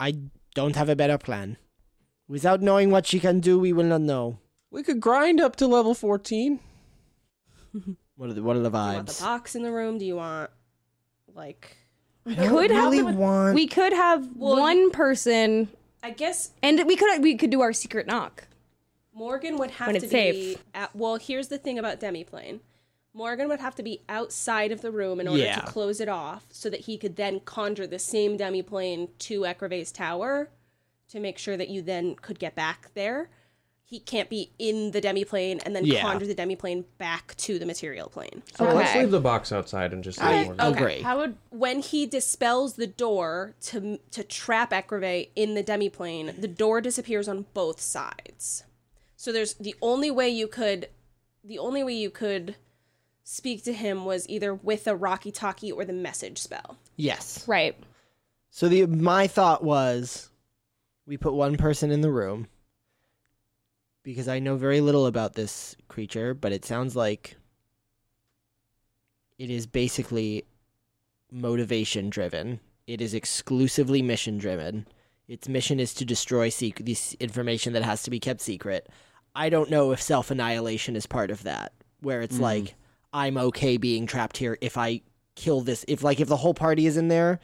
Speaker 2: I don't have a better plan. Without knowing what she can do, we will not know.
Speaker 6: we could grind up to level 14.
Speaker 2: What are the, what are the
Speaker 3: Do you want the
Speaker 2: vibes?
Speaker 3: box in the room? Do you want like
Speaker 5: We
Speaker 2: don't
Speaker 5: could have
Speaker 2: really
Speaker 5: them-
Speaker 2: want-
Speaker 5: we could have
Speaker 3: Well,
Speaker 5: one person,
Speaker 3: I guess
Speaker 5: and we could we could do our secret knock.
Speaker 3: Morgan would have
Speaker 5: When
Speaker 3: to
Speaker 5: it's
Speaker 3: be
Speaker 5: safe.
Speaker 3: at, well, here's the thing about demiplane. Morgan would have to be outside of the room in order
Speaker 2: Yeah.
Speaker 3: to close it off so that he could then conjure the same demiplane to Ecrive's tower to make sure that you then could get back there. He can't be in the demiplane and then
Speaker 2: Yeah.
Speaker 3: conjure the demiplane back to the material plane.
Speaker 6: So let's
Speaker 5: Okay.
Speaker 6: leave the box outside and just
Speaker 2: I
Speaker 6: leave one.
Speaker 2: agree.
Speaker 7: How would
Speaker 3: When he dispels the door to to trap Ecrive in the demiplane, the door disappears on both sides. So there's the only way you could the only way you could speak to him was either with a rocky talkie or the message spell.
Speaker 2: Yes.
Speaker 5: Right.
Speaker 2: So the my thought was, we put one person in the room because I know very little about this creature, but it sounds like it is basically motivation driven. It is exclusively mission driven. Its mission is to destroy sec- this information that has to be kept secret. I don't know if self annihilation is part of that, where it's
Speaker 6: Mm.
Speaker 2: like I'm okay being trapped here if I kill this. If like if the whole party is in there,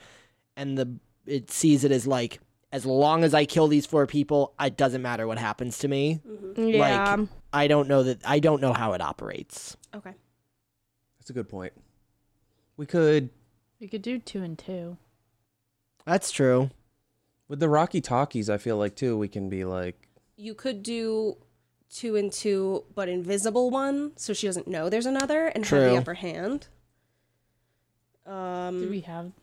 Speaker 2: and the it sees it as like as long as I kill these four people, it doesn't matter what happens to me.
Speaker 5: Yeah.
Speaker 2: I don't know that I don't know how it operates.
Speaker 3: Okay.
Speaker 6: That's a good point. We could
Speaker 7: we could do two and two?
Speaker 2: That's true.
Speaker 6: with the Rocky Talkies. I feel like too we can be like
Speaker 3: You could do two and two, but invisible one, so she doesn't know there's another and have
Speaker 2: True.
Speaker 3: the upper hand. Um,
Speaker 7: Do we have?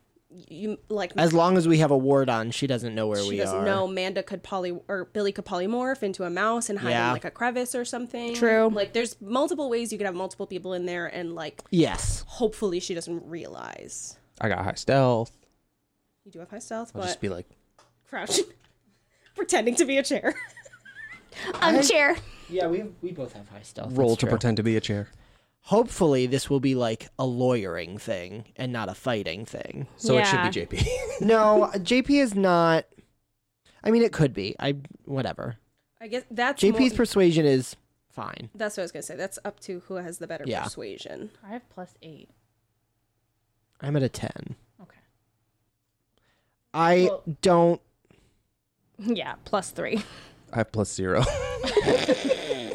Speaker 3: you like
Speaker 2: As long as we have a ward on, she doesn't know where
Speaker 3: she
Speaker 2: we
Speaker 3: doesn't
Speaker 2: are.
Speaker 3: know Manda could poly or Billy could polymorph into a mouse and hide
Speaker 2: Yeah.
Speaker 3: in like a crevice or something.
Speaker 5: True.
Speaker 3: Like there's multiple ways you could have multiple people in there and like
Speaker 2: Yes.
Speaker 3: hopefully she doesn't realize.
Speaker 6: I got high stealth.
Speaker 3: You do have high stealth,
Speaker 6: I'll
Speaker 3: but
Speaker 6: just be like
Speaker 3: crouching pretending to be a chair.
Speaker 5: I'm chair.
Speaker 2: Yeah, we we both have high stealth.
Speaker 6: roll to pretend to be a chair.
Speaker 2: Hopefully, this will be like a lawyering thing and not a fighting thing.
Speaker 6: So
Speaker 5: Yeah.
Speaker 6: it should be JP.
Speaker 2: no, JP is not. I mean, it could be. I whatever.
Speaker 3: I guess that's
Speaker 2: JP's
Speaker 3: more-
Speaker 2: persuasion is fine.
Speaker 3: that's what I was gonna say. That's up to who has the better
Speaker 2: Yeah.
Speaker 3: persuasion.
Speaker 7: I have plus eight.
Speaker 2: I'm at a ten.
Speaker 7: Okay.
Speaker 2: I
Speaker 7: Well-
Speaker 2: don't.
Speaker 5: Yeah, plus three.
Speaker 6: I have plus zero.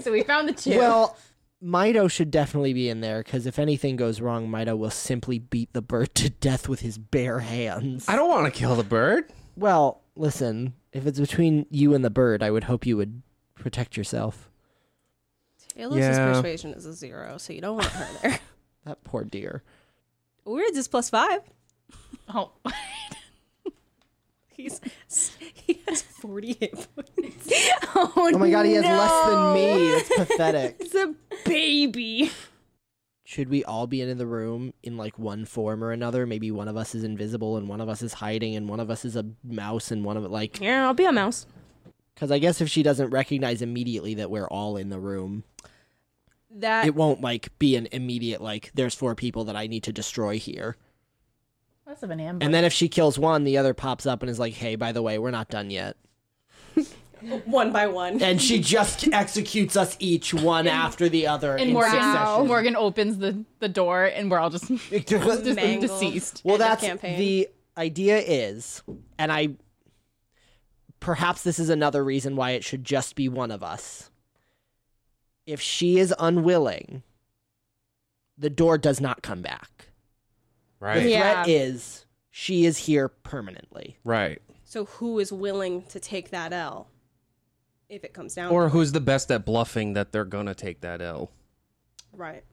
Speaker 7: So we found the two.
Speaker 2: Well, Mido should definitely be in there because if anything goes wrong, Mido will simply beat the bird to death with his bare hands.
Speaker 6: I don't want to kill the bird.
Speaker 2: Well, listen, if it's between you and the bird, I would hope you would protect yourself.
Speaker 3: Taylor's
Speaker 6: Yeah.
Speaker 3: persuasion is a zero, so you don't want her there.
Speaker 2: That poor deer.
Speaker 3: Weird is plus five.
Speaker 7: oh,
Speaker 3: He's he has forty hit points.
Speaker 5: Oh,
Speaker 2: Oh my god, he has less than me.
Speaker 5: no.
Speaker 2: That's pathetic.
Speaker 5: It's a baby.
Speaker 2: Should we all be in the room in like one form or another? Maybe one of us is invisible and one of us is hiding and one of us is a mouse and one of it like
Speaker 5: Yeah, I'll be a mouse.
Speaker 2: Because I guess if she doesn't recognize immediately that we're all in the room,
Speaker 3: That
Speaker 2: it won't like be an immediate like. There's four people that I need to destroy here.
Speaker 7: Less of an ambush.
Speaker 2: And then if she kills one, the other pops up and is like, "Hey, by the way, we're not done yet."
Speaker 3: one by one.
Speaker 2: And she just executes us each one after the other.
Speaker 7: and
Speaker 2: in
Speaker 7: Morgan,
Speaker 2: succession.
Speaker 7: Morgan opens the, the door, and we're all just, just
Speaker 3: Mangled.
Speaker 7: deceased.
Speaker 2: Well,
Speaker 3: end of
Speaker 2: that's
Speaker 3: campaign.
Speaker 2: the idea is, and I perhaps this is another reason why it should just be one of us. If she is unwilling, the door does not come back. The
Speaker 6: Right.
Speaker 2: threat
Speaker 5: Yeah.
Speaker 2: is she is here permanently.
Speaker 6: Right.
Speaker 3: So who is willing to take that L if it comes down?
Speaker 6: Or
Speaker 3: to it?
Speaker 6: who's the best at bluffing that they're gonna take that L?
Speaker 3: right?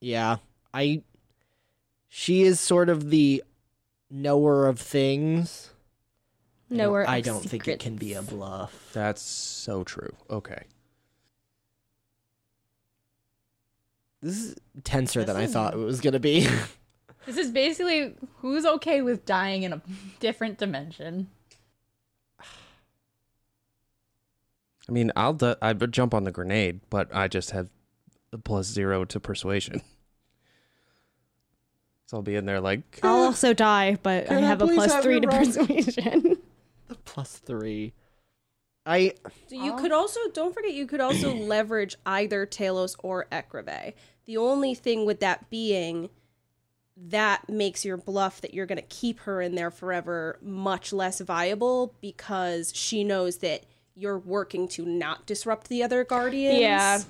Speaker 2: Yeah. I she is sort of the knower of things. I don't-
Speaker 5: Knower
Speaker 2: I
Speaker 5: of
Speaker 2: don't think it can
Speaker 5: secrets.
Speaker 2: be a bluff.
Speaker 6: That's so true. Okay.
Speaker 2: This is tenser than I
Speaker 7: This is-
Speaker 2: thought it was going to be.
Speaker 7: This is basically who's okay with dying in a different dimension.
Speaker 6: I mean, I'll du- I'd jump on the grenade, but I just have a plus zero to persuasion. So I'll be in there like
Speaker 5: I'll
Speaker 3: Uh,
Speaker 5: also die, but I
Speaker 2: Can I
Speaker 5: have a
Speaker 2: please
Speaker 5: plus
Speaker 2: have
Speaker 5: three
Speaker 2: your
Speaker 5: to
Speaker 2: roll?
Speaker 5: persuasion.
Speaker 2: the plus three. I
Speaker 3: So you could also don't forget you could also leverage either Talos or Ekrave. The only thing with that being that makes your bluff that you're going to keep her in there forever much less viable because she knows that you're working to not disrupt the other guardians.
Speaker 5: Yeah.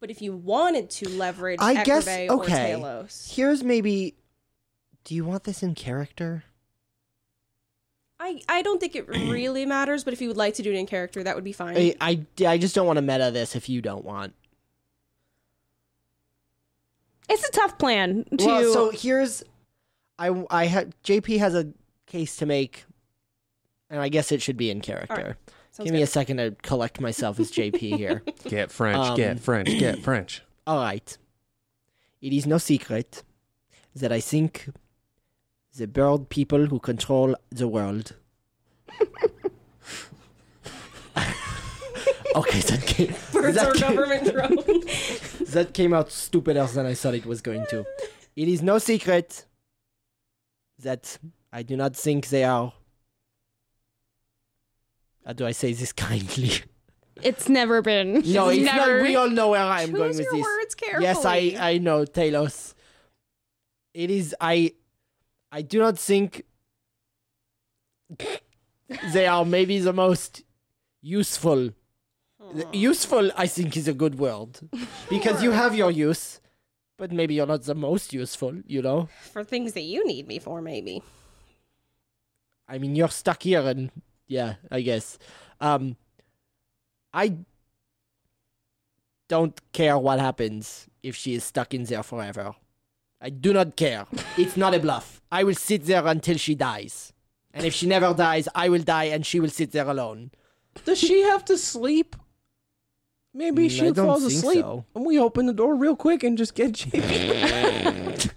Speaker 3: But if you wanted to leverage
Speaker 2: I guess
Speaker 3: Ekrave
Speaker 2: okay.
Speaker 3: or Talos,
Speaker 2: Here's maybe Do you want this in character?
Speaker 3: I, I don't think it really matters, but if you would like to do it in character, that would be fine.
Speaker 2: I I, I just don't want to meta this if you don't want.
Speaker 5: It's a tough plan to.
Speaker 2: Well, so here's I I had JP has a case to make and I guess it should be in character.
Speaker 3: Sounds
Speaker 2: Give me a second to collect myself as JP here.
Speaker 6: get French,
Speaker 2: Um,
Speaker 6: get French, get French.
Speaker 2: All right. It is no secret that I think the bird people who control the world. okay, that came,
Speaker 3: Birds
Speaker 2: that
Speaker 3: are
Speaker 2: came-
Speaker 3: government drone.
Speaker 2: that came out stupider than I thought it was going to. It is no secret that I do not think they are. How do I say this kindly?
Speaker 5: it's never been.
Speaker 2: No, it's
Speaker 5: never.
Speaker 2: not. We all know where I'm
Speaker 3: Choose
Speaker 2: going with
Speaker 3: your
Speaker 2: this.
Speaker 3: words carefully.
Speaker 2: Yes, I I know Talos. It is I I do not think they are maybe the most useful. The- Useful I think is a good word because you have your use, but maybe you're not the most useful, you know?
Speaker 3: for things that you need me for, maybe.
Speaker 2: I mean, you're stuck here, and yeah, I guess. Um, I don't care what happens if she is stuck in there forever. I do not care. It's not a bluff. I will sit there until she dies. And if she never dies, I will die and she will sit there alone.
Speaker 6: Does she have to sleep? Maybe
Speaker 2: Mm, I don't think so.
Speaker 6: and we open the door real quick and just get JP.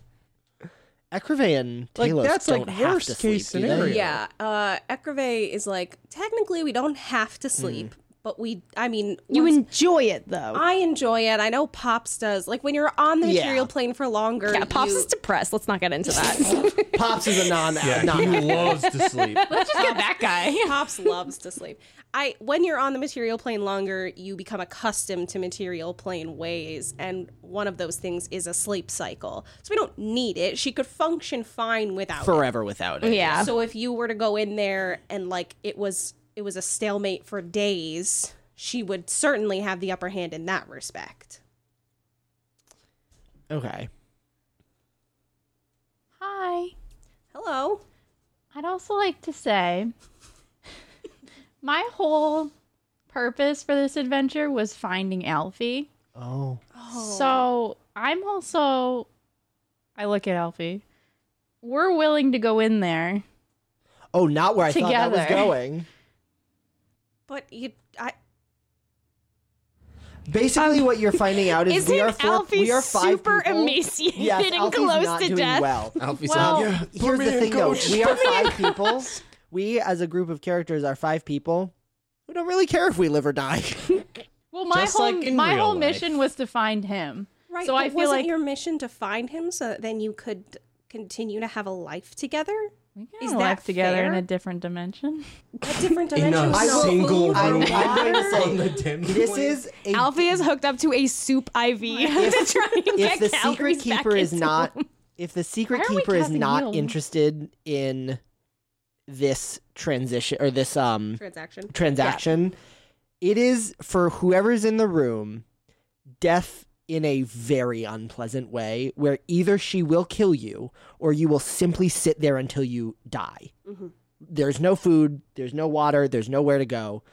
Speaker 2: Akrave and
Speaker 6: Like,
Speaker 2: Talos
Speaker 6: that's, like,
Speaker 2: don't have
Speaker 6: worst
Speaker 2: to
Speaker 6: case
Speaker 2: sleep, do they?
Speaker 6: scenario.
Speaker 3: Yeah, uh, Ekrave is like technically we don't have to sleep, but we. I mean,
Speaker 5: You
Speaker 3: once-
Speaker 5: enjoy it though.
Speaker 3: I enjoy it. I know Pops does. Like when you're on the
Speaker 2: Yeah.
Speaker 3: material plane for longer.
Speaker 5: yeah, pops
Speaker 3: you-
Speaker 5: is depressed. Let's not get into that.
Speaker 2: Pops is a non. non-
Speaker 6: loves to sleep.
Speaker 5: Let's just get that guy.
Speaker 3: Pops loves to sleep. I when you're on the material plane longer, you become accustomed to material plane ways, and one of those things is a sleep cycle. So we don't need it. She could function fine without it.
Speaker 2: forever without it.
Speaker 5: Yeah.
Speaker 3: So if you were to go in there and like it was it was a stalemate for days, she would certainly have the upper hand in that respect.
Speaker 2: Okay.
Speaker 7: Hi.
Speaker 3: Hello.
Speaker 7: I'd also like to say my whole purpose for this adventure was finding Alfie.
Speaker 2: Oh.
Speaker 7: So I'm also, I look at Alfie. We're willing to go in there.
Speaker 2: Oh, not where I thought that was
Speaker 7: Together.
Speaker 2: going.
Speaker 3: But you I
Speaker 2: Basically, what you're finding out is
Speaker 5: Isn't
Speaker 2: we are four,
Speaker 5: Alfie
Speaker 2: we are five
Speaker 5: super
Speaker 2: people.
Speaker 5: emaciated
Speaker 2: Yes,
Speaker 5: and
Speaker 2: Alfie's
Speaker 5: close
Speaker 2: not
Speaker 5: to
Speaker 2: doing
Speaker 5: death?
Speaker 2: well. Um,
Speaker 6: Alfie's
Speaker 7: Well-
Speaker 6: like,
Speaker 2: Here's the thing, though. We are five people. we as a group of characters are five people who don't really care if we live or die.
Speaker 7: Well, my
Speaker 8: Just
Speaker 7: whole
Speaker 8: like in
Speaker 7: my
Speaker 8: real
Speaker 7: whole
Speaker 8: life.
Speaker 7: mission was to find him.
Speaker 1: Right.
Speaker 7: So
Speaker 1: but
Speaker 7: I feel
Speaker 1: wasn't
Speaker 7: like-
Speaker 1: your mission to find him so that then you could continue to have a life together?
Speaker 7: We can
Speaker 1: Is
Speaker 7: have a
Speaker 1: that
Speaker 7: life together in
Speaker 1: fair?
Speaker 7: a different dimension.
Speaker 1: A different
Speaker 8: In
Speaker 1: dimension.
Speaker 8: a
Speaker 1: with no
Speaker 8: single
Speaker 1: food?
Speaker 2: I-
Speaker 8: room.
Speaker 2: I'm going to say,
Speaker 8: on the dim
Speaker 2: this is a
Speaker 5: Alfie is hooked up to a soup IV to try and
Speaker 2: if
Speaker 5: get
Speaker 2: the
Speaker 5: calories
Speaker 2: secret
Speaker 5: back
Speaker 2: keeper is
Speaker 5: into
Speaker 2: not
Speaker 5: him.
Speaker 2: if the secret
Speaker 7: Why are we
Speaker 2: keeper is
Speaker 7: Kathy
Speaker 2: not
Speaker 7: Hill?
Speaker 2: interested in this transition or this um
Speaker 3: Transaction.
Speaker 2: transaction, it is for whoever's in the room death in a very unpleasant way where either she will kill you or you will simply sit there until you die.
Speaker 5: Mm-hmm.
Speaker 3: Mhm.
Speaker 2: There's no food, there's no water, there's nowhere to go.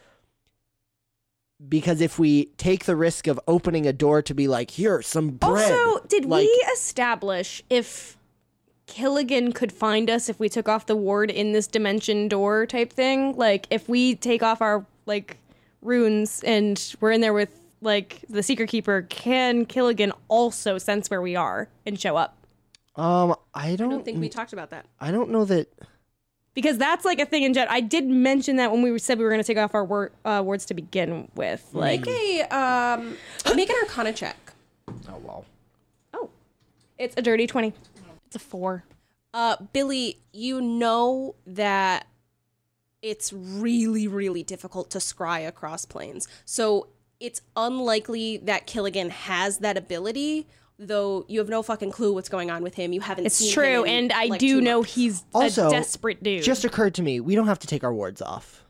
Speaker 2: Because if we take the risk of opening a door to be like, here, some bread.
Speaker 5: Also, did
Speaker 2: like,
Speaker 5: we establish if Killigan could find us if we took off the ward in this dimension door type thing? Like, if we take off our like runes and we're in there with like the secret keeper, can Killigan also sense where we are and show up?
Speaker 2: Um, I don't,
Speaker 3: I don't think
Speaker 8: Mm.
Speaker 3: we talked about that.
Speaker 2: I don't know that.
Speaker 5: Because that's like a thing in Jet. I did mention that when we said we were going to take off our wor- uh, wards to begin with. Like,
Speaker 2: Hmm.
Speaker 3: Hey, um, make an arcana check.
Speaker 2: Oh wow.
Speaker 5: it's a dirty 20.
Speaker 7: It's a four.
Speaker 3: Uh, Billy, you know that it's really, really difficult to scry across planes. So it's unlikely that Killigan has that ability, though you have no fucking clue what's going on with him. You haven't
Speaker 5: It's
Speaker 3: seen
Speaker 5: true.
Speaker 3: him in,
Speaker 5: and I
Speaker 3: like,
Speaker 5: do
Speaker 3: two
Speaker 5: know
Speaker 3: months.
Speaker 5: he's
Speaker 2: Also,
Speaker 5: a desperate dude.
Speaker 2: Just occurred to me, we don't have to take our wards off.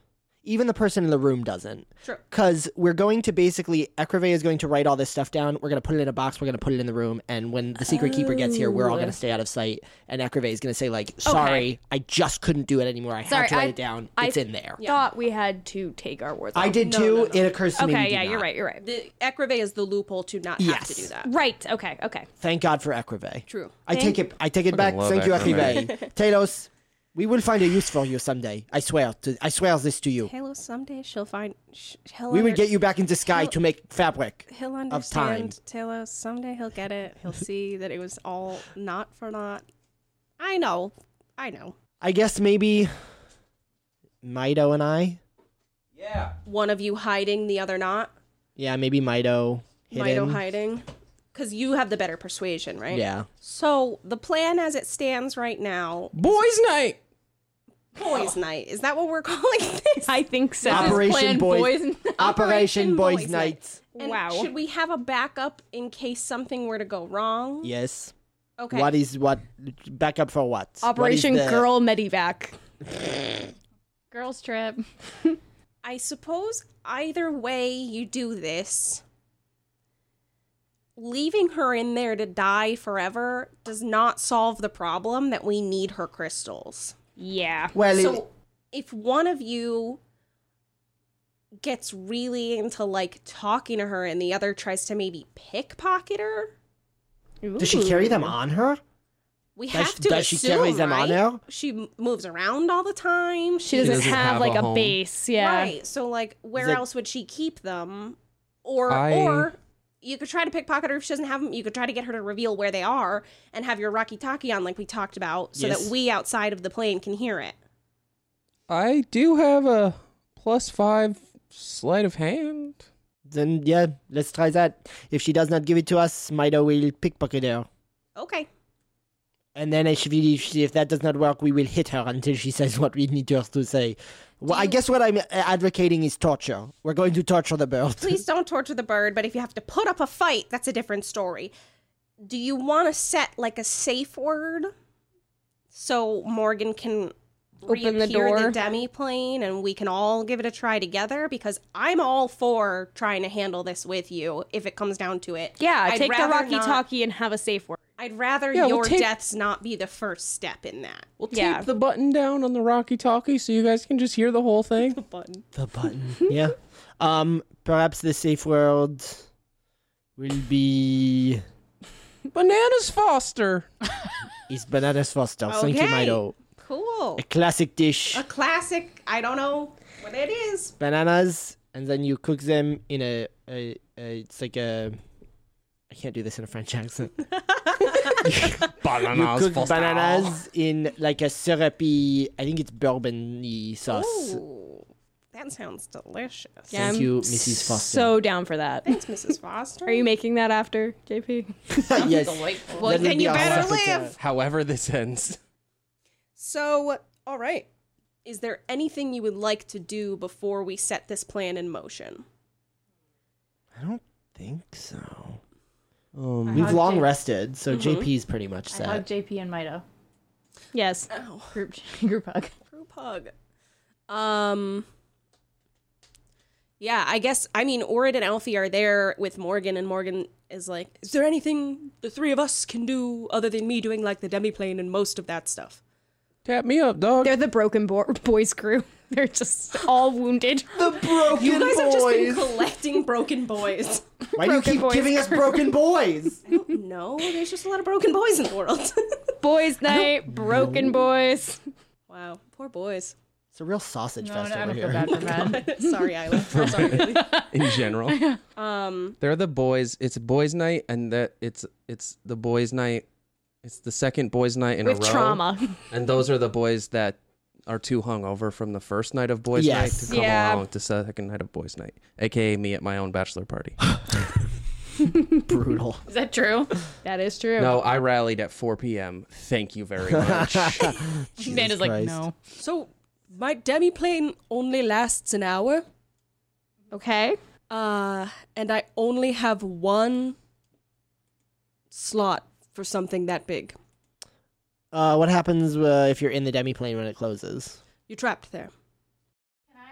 Speaker 2: Even the person in the room doesn't.
Speaker 3: True.
Speaker 2: Because we're going to basically, Ekrave is going to write all this stuff down. We're going to put it in a box. We're going to put it in the room. And when the secret keeper gets here, we're all
Speaker 5: Oh.
Speaker 2: going to stay out of sight. And Ekrave is going to say, like, sorry, I just couldn't do it anymore. I
Speaker 5: Sorry,
Speaker 2: had to write
Speaker 5: I-
Speaker 2: it down.
Speaker 5: I-
Speaker 2: It's in there.
Speaker 5: thought we had to take our wards.
Speaker 2: I
Speaker 5: off.
Speaker 2: did
Speaker 3: No,
Speaker 2: too.
Speaker 3: no, no.
Speaker 2: It occurs to me. we
Speaker 5: Okay,
Speaker 2: did
Speaker 5: yeah, you're
Speaker 2: not.
Speaker 5: right. You're right.
Speaker 3: The Ekrave is the loophole to not have
Speaker 2: Yes.
Speaker 3: to do that.
Speaker 5: Right. Okay. Okay.
Speaker 2: Thank God for Ekrave.
Speaker 3: True.
Speaker 2: I take it. I take it back.
Speaker 6: Fucking love
Speaker 2: Thank you,
Speaker 6: Ekrave.
Speaker 2: Ekrave. Talos, we will find a use for you someday. I swear. To, I swear this to you.
Speaker 3: Halo, someday she'll find. Sh- he'll
Speaker 2: We would
Speaker 3: under-
Speaker 2: get you back into sky to make fabric.
Speaker 3: He'll
Speaker 2: of time.
Speaker 3: understand, Talos. Someday he'll get it. He'll see that it was all not for naught. I know. I know.
Speaker 2: I guess maybe Mido and I.
Speaker 3: One of you hiding, the other not.
Speaker 2: Yeah, maybe Mido. Hidden.
Speaker 3: Mido hiding. Because you have the better persuasion, right?
Speaker 2: Yeah.
Speaker 3: So the plan as it stands right now,
Speaker 6: Boys' night.
Speaker 3: boys' night. Is that what we're calling this?
Speaker 5: I think so.
Speaker 2: Operation Boys. Operation
Speaker 3: Operation
Speaker 2: Boys
Speaker 3: Boys
Speaker 2: Night.
Speaker 3: And
Speaker 5: Wow.
Speaker 3: Should we have a backup in case something were to go wrong?
Speaker 2: Yes.
Speaker 3: Okay.
Speaker 2: What is what? Backup for what? What is
Speaker 5: Operation
Speaker 2: the-
Speaker 5: Girl Medivac.
Speaker 7: Girls trip.
Speaker 3: I suppose either way you do this, leaving her in there to die forever does not solve the problem that we need her crystals.
Speaker 5: Yeah.
Speaker 2: Well, it-
Speaker 3: So if one of you gets really into like talking to her and the other tries to maybe pickpocket her,
Speaker 2: does she carry them on her?
Speaker 3: we
Speaker 2: Does-
Speaker 3: have to
Speaker 2: does she
Speaker 3: assume,
Speaker 2: carry them on
Speaker 3: right?
Speaker 2: her?
Speaker 3: She m- moves around all the time.
Speaker 5: She
Speaker 3: She
Speaker 5: doesn't,
Speaker 6: doesn't
Speaker 5: have,
Speaker 6: have
Speaker 5: like
Speaker 6: a
Speaker 5: a,
Speaker 6: home.
Speaker 5: base. Yeah.
Speaker 3: Right. So like where
Speaker 2: Like-
Speaker 3: else would she keep them? Or
Speaker 6: I-
Speaker 3: or you could try to pickpocket her if she doesn't have them. You could try to get her to reveal where they are and have your Rocky Talkie on like we talked about so
Speaker 2: Yes.
Speaker 3: that we outside of the plane can hear it.
Speaker 6: I do have a plus five sleight of hand.
Speaker 2: Then yeah, let's try that. If she does not give it to us, Mido will pickpocket her.
Speaker 3: Okay.
Speaker 2: And then if, she, if, she, if that does not work, we will hit her until she says what we need her to say. Well, I guess what I'm advocating is torture. We're going to torture the bird.
Speaker 3: please don't torture the bird, but if you have to put up a fight, that's a different story. Do you want to set like a safe word so Morgan can
Speaker 5: Open the
Speaker 3: reappear
Speaker 5: door.
Speaker 3: demi plane and we can all give it a try together? Because I'm all for trying to handle this with you if it comes down to it.
Speaker 5: Yeah.
Speaker 3: I'd
Speaker 5: take the
Speaker 3: rather
Speaker 5: Rocky
Speaker 3: not-
Speaker 5: Talkie and have a safe word.
Speaker 3: I'd rather
Speaker 6: Yeah, we'll
Speaker 3: your
Speaker 6: take-
Speaker 3: deaths not be the first step in that.
Speaker 6: We'll tape
Speaker 5: Yeah.
Speaker 6: the button down on the Rocky Talkie so you guys can just hear the whole thing.
Speaker 2: The button. yeah. Um. Perhaps the safe word will be
Speaker 6: Bananas Foster.
Speaker 2: is bananas foster. Thank you,
Speaker 3: Okay.
Speaker 2: Mido.
Speaker 3: Cool.
Speaker 2: A classic dish.
Speaker 1: Uh.
Speaker 3: A classic. I don't know what it is.
Speaker 2: Bananas, and then you cook them in a, a, a. It's like a. I can't do this in a French accent. you
Speaker 6: bananas.
Speaker 2: cook
Speaker 6: for style.
Speaker 2: bananas in like a syrupy, I think it's bourbon-y sauce.
Speaker 1: Ooh, that sounds delicious.
Speaker 5: Yeah,
Speaker 2: Thank
Speaker 5: I'm
Speaker 2: you, Mrs. Foster.
Speaker 5: So down for that.
Speaker 1: Thanks, Mrs. Foster.
Speaker 5: Are you making that after, JP?
Speaker 2: yes.
Speaker 4: Delightful.
Speaker 1: well,
Speaker 2: Let me
Speaker 1: then you
Speaker 2: be
Speaker 1: better
Speaker 2: honest with
Speaker 1: live.
Speaker 2: that.
Speaker 6: However, this ends.
Speaker 3: So, all right. Is there anything you would like to do before we set this plan in motion?
Speaker 2: I don't think so.
Speaker 6: Um,
Speaker 2: We've
Speaker 7: hug
Speaker 2: long
Speaker 7: Jake.
Speaker 2: rested,
Speaker 1: Mm-hmm.
Speaker 2: so JP's pretty much
Speaker 7: I hug
Speaker 2: set.
Speaker 7: JP and Mito.
Speaker 5: Yes.
Speaker 3: Oh,
Speaker 7: Group group hug.
Speaker 3: group hug. Um. Yeah, I guess I mean Orid and Alfie are there with Morgan, and Morgan is like, "Is there anything the three of us can do other than me doing like the demiplane and most of that stuff?"
Speaker 6: Tap me up, dog.
Speaker 5: They're the broken bo- boys crew. They're just all wounded.
Speaker 2: The broken
Speaker 3: You guys have just been collecting broken boys.
Speaker 2: Why do you keep giving us broken boys?
Speaker 3: no, there's just a lot of broken boys in the world.
Speaker 5: Boys night, broken boys.
Speaker 3: wow, poor boys.
Speaker 2: It's a real sausage
Speaker 7: No,
Speaker 2: fest
Speaker 7: no, I
Speaker 2: over
Speaker 7: don't
Speaker 2: here.
Speaker 7: feel bad for
Speaker 5: Um.
Speaker 7: men.
Speaker 3: sorry, Isla. I'm sorry. Bailey.
Speaker 6: in general,
Speaker 3: Um,
Speaker 6: they're the boys. It's boys' night, and that it's it's the boys' night. It's the second boys' night in a
Speaker 5: With
Speaker 6: row.
Speaker 5: trauma.
Speaker 6: And those are the boys that are too hungover from the first night of boys'
Speaker 2: Yes.
Speaker 6: night to come
Speaker 5: Yeah.
Speaker 6: along to second night of boys' night, aka me at my own bachelor party.
Speaker 2: Brutal.
Speaker 7: Is that true?
Speaker 5: That is true.
Speaker 6: no, I rallied at 4 p.m. Thank you very much.
Speaker 4: Man is like,
Speaker 2: Christ.
Speaker 4: no.
Speaker 3: so my demiplane only lasts an hour,
Speaker 5: Okay.
Speaker 3: uh, and I only have one slot for something that big.
Speaker 2: Uh, what happens uh, if you're in the demi plane when it closes?
Speaker 3: You're trapped there.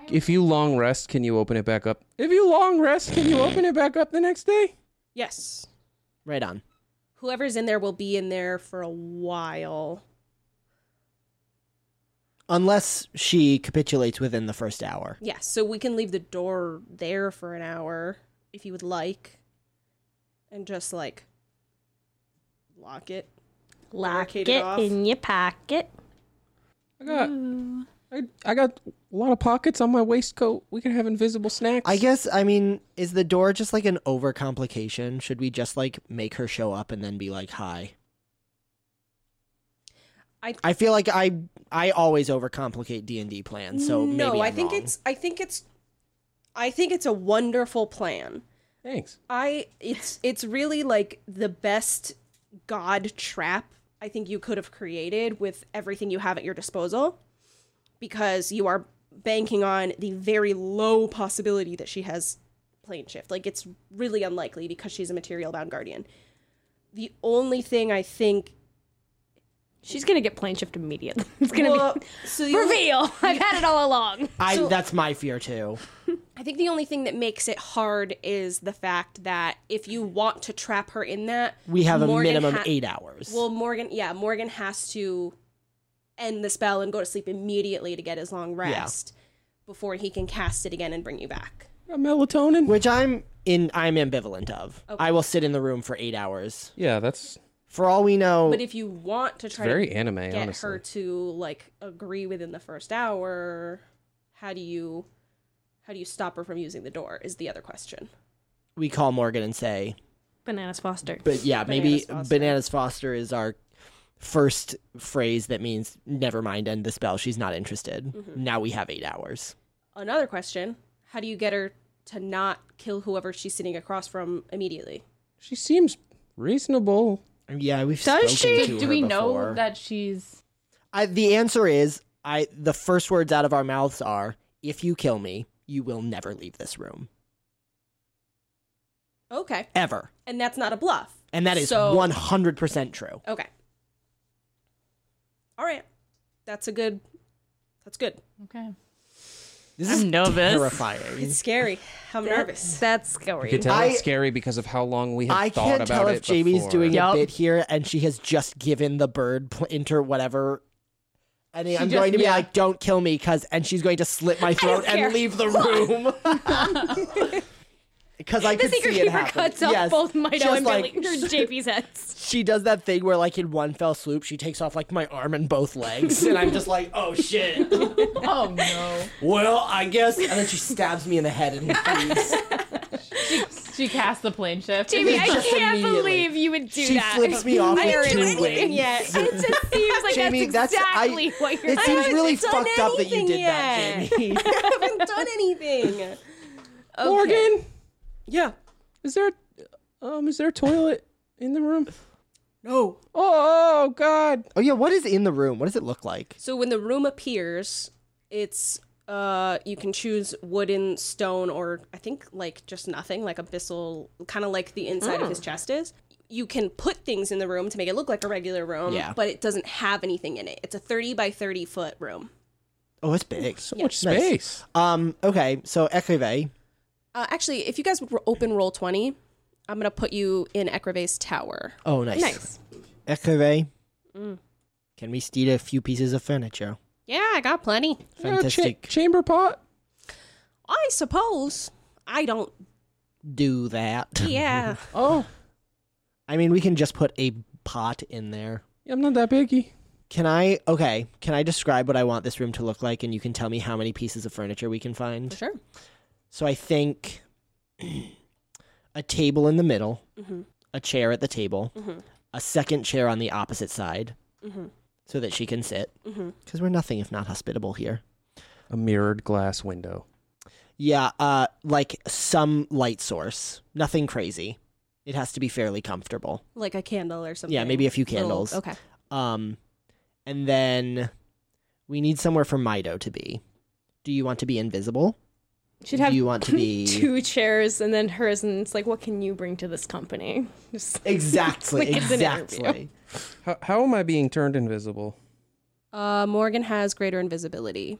Speaker 6: if you long rest, can you open it back up? If you long rest, can you open it back up the next day?
Speaker 3: Yes.
Speaker 2: Right on.
Speaker 3: Whoever's in there will be in there for a while.
Speaker 2: Unless she capitulates within the first hour.
Speaker 3: Yes, so we can leave the door there for an hour if you would like, and just like lock it.
Speaker 5: Lock
Speaker 3: Barricade
Speaker 5: it
Speaker 3: it off.
Speaker 5: in your pocket.
Speaker 6: I got I, I got a lot of pockets on my waistcoat. We can have invisible snacks.
Speaker 2: I guess, I mean, is the door just like an overcomplication? Should we just like make her show up and then be like, hi?
Speaker 3: I-
Speaker 2: I feel like I I always overcomplicate D and D plans, so
Speaker 3: no,
Speaker 2: maybe
Speaker 3: I
Speaker 2: I'm
Speaker 3: think
Speaker 2: wrong.
Speaker 3: it's I think it's I think it's a wonderful plan.
Speaker 6: Thanks.
Speaker 3: I it's it's really like the best god trap I think you could have created with everything you have at your disposal because you are banking on the very low possibility that she has plane shift. Like it's really unlikely because she's a material bound guardian. The only thing I think
Speaker 5: She's gonna get plane shift immediately. It's gonna
Speaker 3: Well, so
Speaker 5: be
Speaker 3: the only-
Speaker 5: reveal. I've had it all along.
Speaker 2: I that's my fear too.
Speaker 3: I think the only thing that makes it hard is the fact that if you want to trap her in that,
Speaker 2: We have a
Speaker 3: Morgan
Speaker 2: minimum
Speaker 3: ha-
Speaker 2: eight hours.
Speaker 3: Well, Morgan, yeah, Morgan has to end the spell and go to sleep immediately to get his long rest before he can cast it again and bring you back.
Speaker 6: Got melatonin.
Speaker 2: which I'm in. I'm ambivalent of. I will sit in the room for eight hours.
Speaker 6: Yeah, that's
Speaker 2: For all we know,
Speaker 3: But if you want to try
Speaker 6: very
Speaker 3: to
Speaker 6: anime,
Speaker 3: get
Speaker 6: honestly.
Speaker 3: her to like agree within the first hour, how do you how do you stop her from using the door is the other question.
Speaker 2: we call Morgan and say,
Speaker 5: Bananas Foster.
Speaker 2: but yeah, maybe
Speaker 3: Bananas Foster.
Speaker 2: bananas Foster is our first phrase that means never mind end the spell. She's not interested. Now we have eight hours.
Speaker 3: Another question, how do you get her to not kill whoever she's sitting across from immediately?
Speaker 6: She seems reasonable.
Speaker 2: Yeah, we've
Speaker 4: Does
Speaker 2: spoken
Speaker 4: she?
Speaker 2: to
Speaker 7: Do
Speaker 2: her
Speaker 7: we know
Speaker 2: before.
Speaker 7: that she's
Speaker 2: I, the answer is I. The first words out of our mouths are, "If you kill me, you will never leave this room
Speaker 3: Okay.
Speaker 2: ever,"
Speaker 3: And that's not a bluff.
Speaker 2: and that is
Speaker 3: So-
Speaker 2: one hundred percent true.
Speaker 3: Okay. All right. That's a good. That's good.
Speaker 7: okay?
Speaker 2: This
Speaker 4: I'm
Speaker 2: is
Speaker 4: nervous.
Speaker 2: terrifying.
Speaker 3: It's scary. I'm nervous.
Speaker 5: That's
Speaker 6: You
Speaker 5: scary.
Speaker 6: can tell
Speaker 2: I-
Speaker 6: it's scary because of how long we have
Speaker 2: I
Speaker 6: thought
Speaker 2: can't
Speaker 6: about
Speaker 2: tell
Speaker 6: it
Speaker 2: if Jamie's
Speaker 6: before.
Speaker 2: doing
Speaker 4: Yup.
Speaker 2: a bit here and she has just given the bird pl- inter whatever. And I'm
Speaker 7: just-
Speaker 2: going to be
Speaker 7: yeah.
Speaker 2: like, "Don't kill me," because and she's going to slit my throat and leave the room. Because I
Speaker 5: The
Speaker 2: could
Speaker 5: secret
Speaker 2: see it
Speaker 5: keeper
Speaker 2: happen.
Speaker 5: cuts off
Speaker 2: Yes,
Speaker 5: both Mido
Speaker 2: just
Speaker 5: and
Speaker 2: like,
Speaker 5: Billy or JP's heads.
Speaker 2: She does that thing where, like, in one fell swoop, she takes off like my arm and both legs, and I'm just like, "Oh shit!"
Speaker 7: Oh no.
Speaker 2: well, I guess. And then she stabs me in the head and leaves.
Speaker 4: she, she cast the plane shift.
Speaker 5: Jamie, I
Speaker 4: Just
Speaker 5: can't
Speaker 4: immediately.
Speaker 5: believe you would do
Speaker 2: she
Speaker 5: that.
Speaker 2: flips me off
Speaker 5: Where
Speaker 2: with
Speaker 5: is
Speaker 2: two
Speaker 5: it?
Speaker 2: wings.
Speaker 1: yet.
Speaker 5: It just seems like
Speaker 2: Jamie,
Speaker 5: that's
Speaker 2: that's- I-
Speaker 5: exactly what you're
Speaker 2: It seems
Speaker 1: haven't
Speaker 2: really
Speaker 1: done
Speaker 2: fucked up that you
Speaker 1: anything
Speaker 2: did that,
Speaker 1: yet.
Speaker 2: Jamie.
Speaker 1: I haven't done anything. Okay.
Speaker 6: Morgan,
Speaker 3: Yeah.
Speaker 6: is there um is there a toilet in the room?
Speaker 3: No.
Speaker 6: Oh, God.
Speaker 2: oh yeah, what is in the room? What does it look like?
Speaker 3: So when the room appears, it's uh you can choose wooden, stone, or I think like just nothing, like abyssal, kind of like the inside of his
Speaker 2: Mm.
Speaker 3: chest is. You can put things in the room to make it look like a regular room,
Speaker 2: Yeah.
Speaker 3: but it doesn't have anything in it. It's a thirty by thirty foot room.
Speaker 2: Oh, it's big. So
Speaker 6: Much
Speaker 2: Nice.
Speaker 6: space.
Speaker 2: Um. Okay. So Ecrive.
Speaker 3: Uh, actually, if you guys would ro- open roll twenty, I'm gonna put you in Ekrave's tower.
Speaker 2: Oh, nice.
Speaker 5: Nice.
Speaker 2: Ecrive. Can we steal a few pieces of furniture?
Speaker 3: Yeah, I got plenty.
Speaker 6: You got a cha-
Speaker 2: Fantastic.
Speaker 6: chamber pot.
Speaker 3: I suppose I don't.
Speaker 2: Do that.
Speaker 3: Yeah.
Speaker 6: Oh,
Speaker 2: I mean, we can just put a pot in there.
Speaker 6: yeah, I'm not that picky.
Speaker 2: Can I? Okay. Can I describe what I want this room to look like, and you can tell me how many pieces of furniture we can find?
Speaker 3: sure.
Speaker 2: So I think a table in the middle,
Speaker 5: Mm-hmm.
Speaker 3: Mhm.
Speaker 2: a chair at the table,
Speaker 3: Mhm.
Speaker 2: a second chair on the opposite side,
Speaker 5: Mm-hmm.
Speaker 3: Mhm.
Speaker 2: so that she can sit.
Speaker 3: Mhm.
Speaker 2: Because we're nothing if not hospitable here.
Speaker 6: A mirrored glass window.
Speaker 2: Yeah, uh, like some light source. Nothing crazy. It has to be fairly comfortable.
Speaker 3: Like a candle or something.
Speaker 2: Yeah, maybe a few
Speaker 3: Little-
Speaker 2: candles.
Speaker 3: okay.
Speaker 2: Um, and then we need somewhere for Mido to be. Do you want to be invisible?
Speaker 5: Should
Speaker 2: Do
Speaker 5: have
Speaker 2: you want to be
Speaker 5: two chairs and then hers, and it's like, what can you bring to this company? Just
Speaker 2: exactly?
Speaker 5: Like it's an interview.
Speaker 2: exactly.
Speaker 6: How, how am I being turned invisible?
Speaker 3: Uh, Morgan has greater invisibility.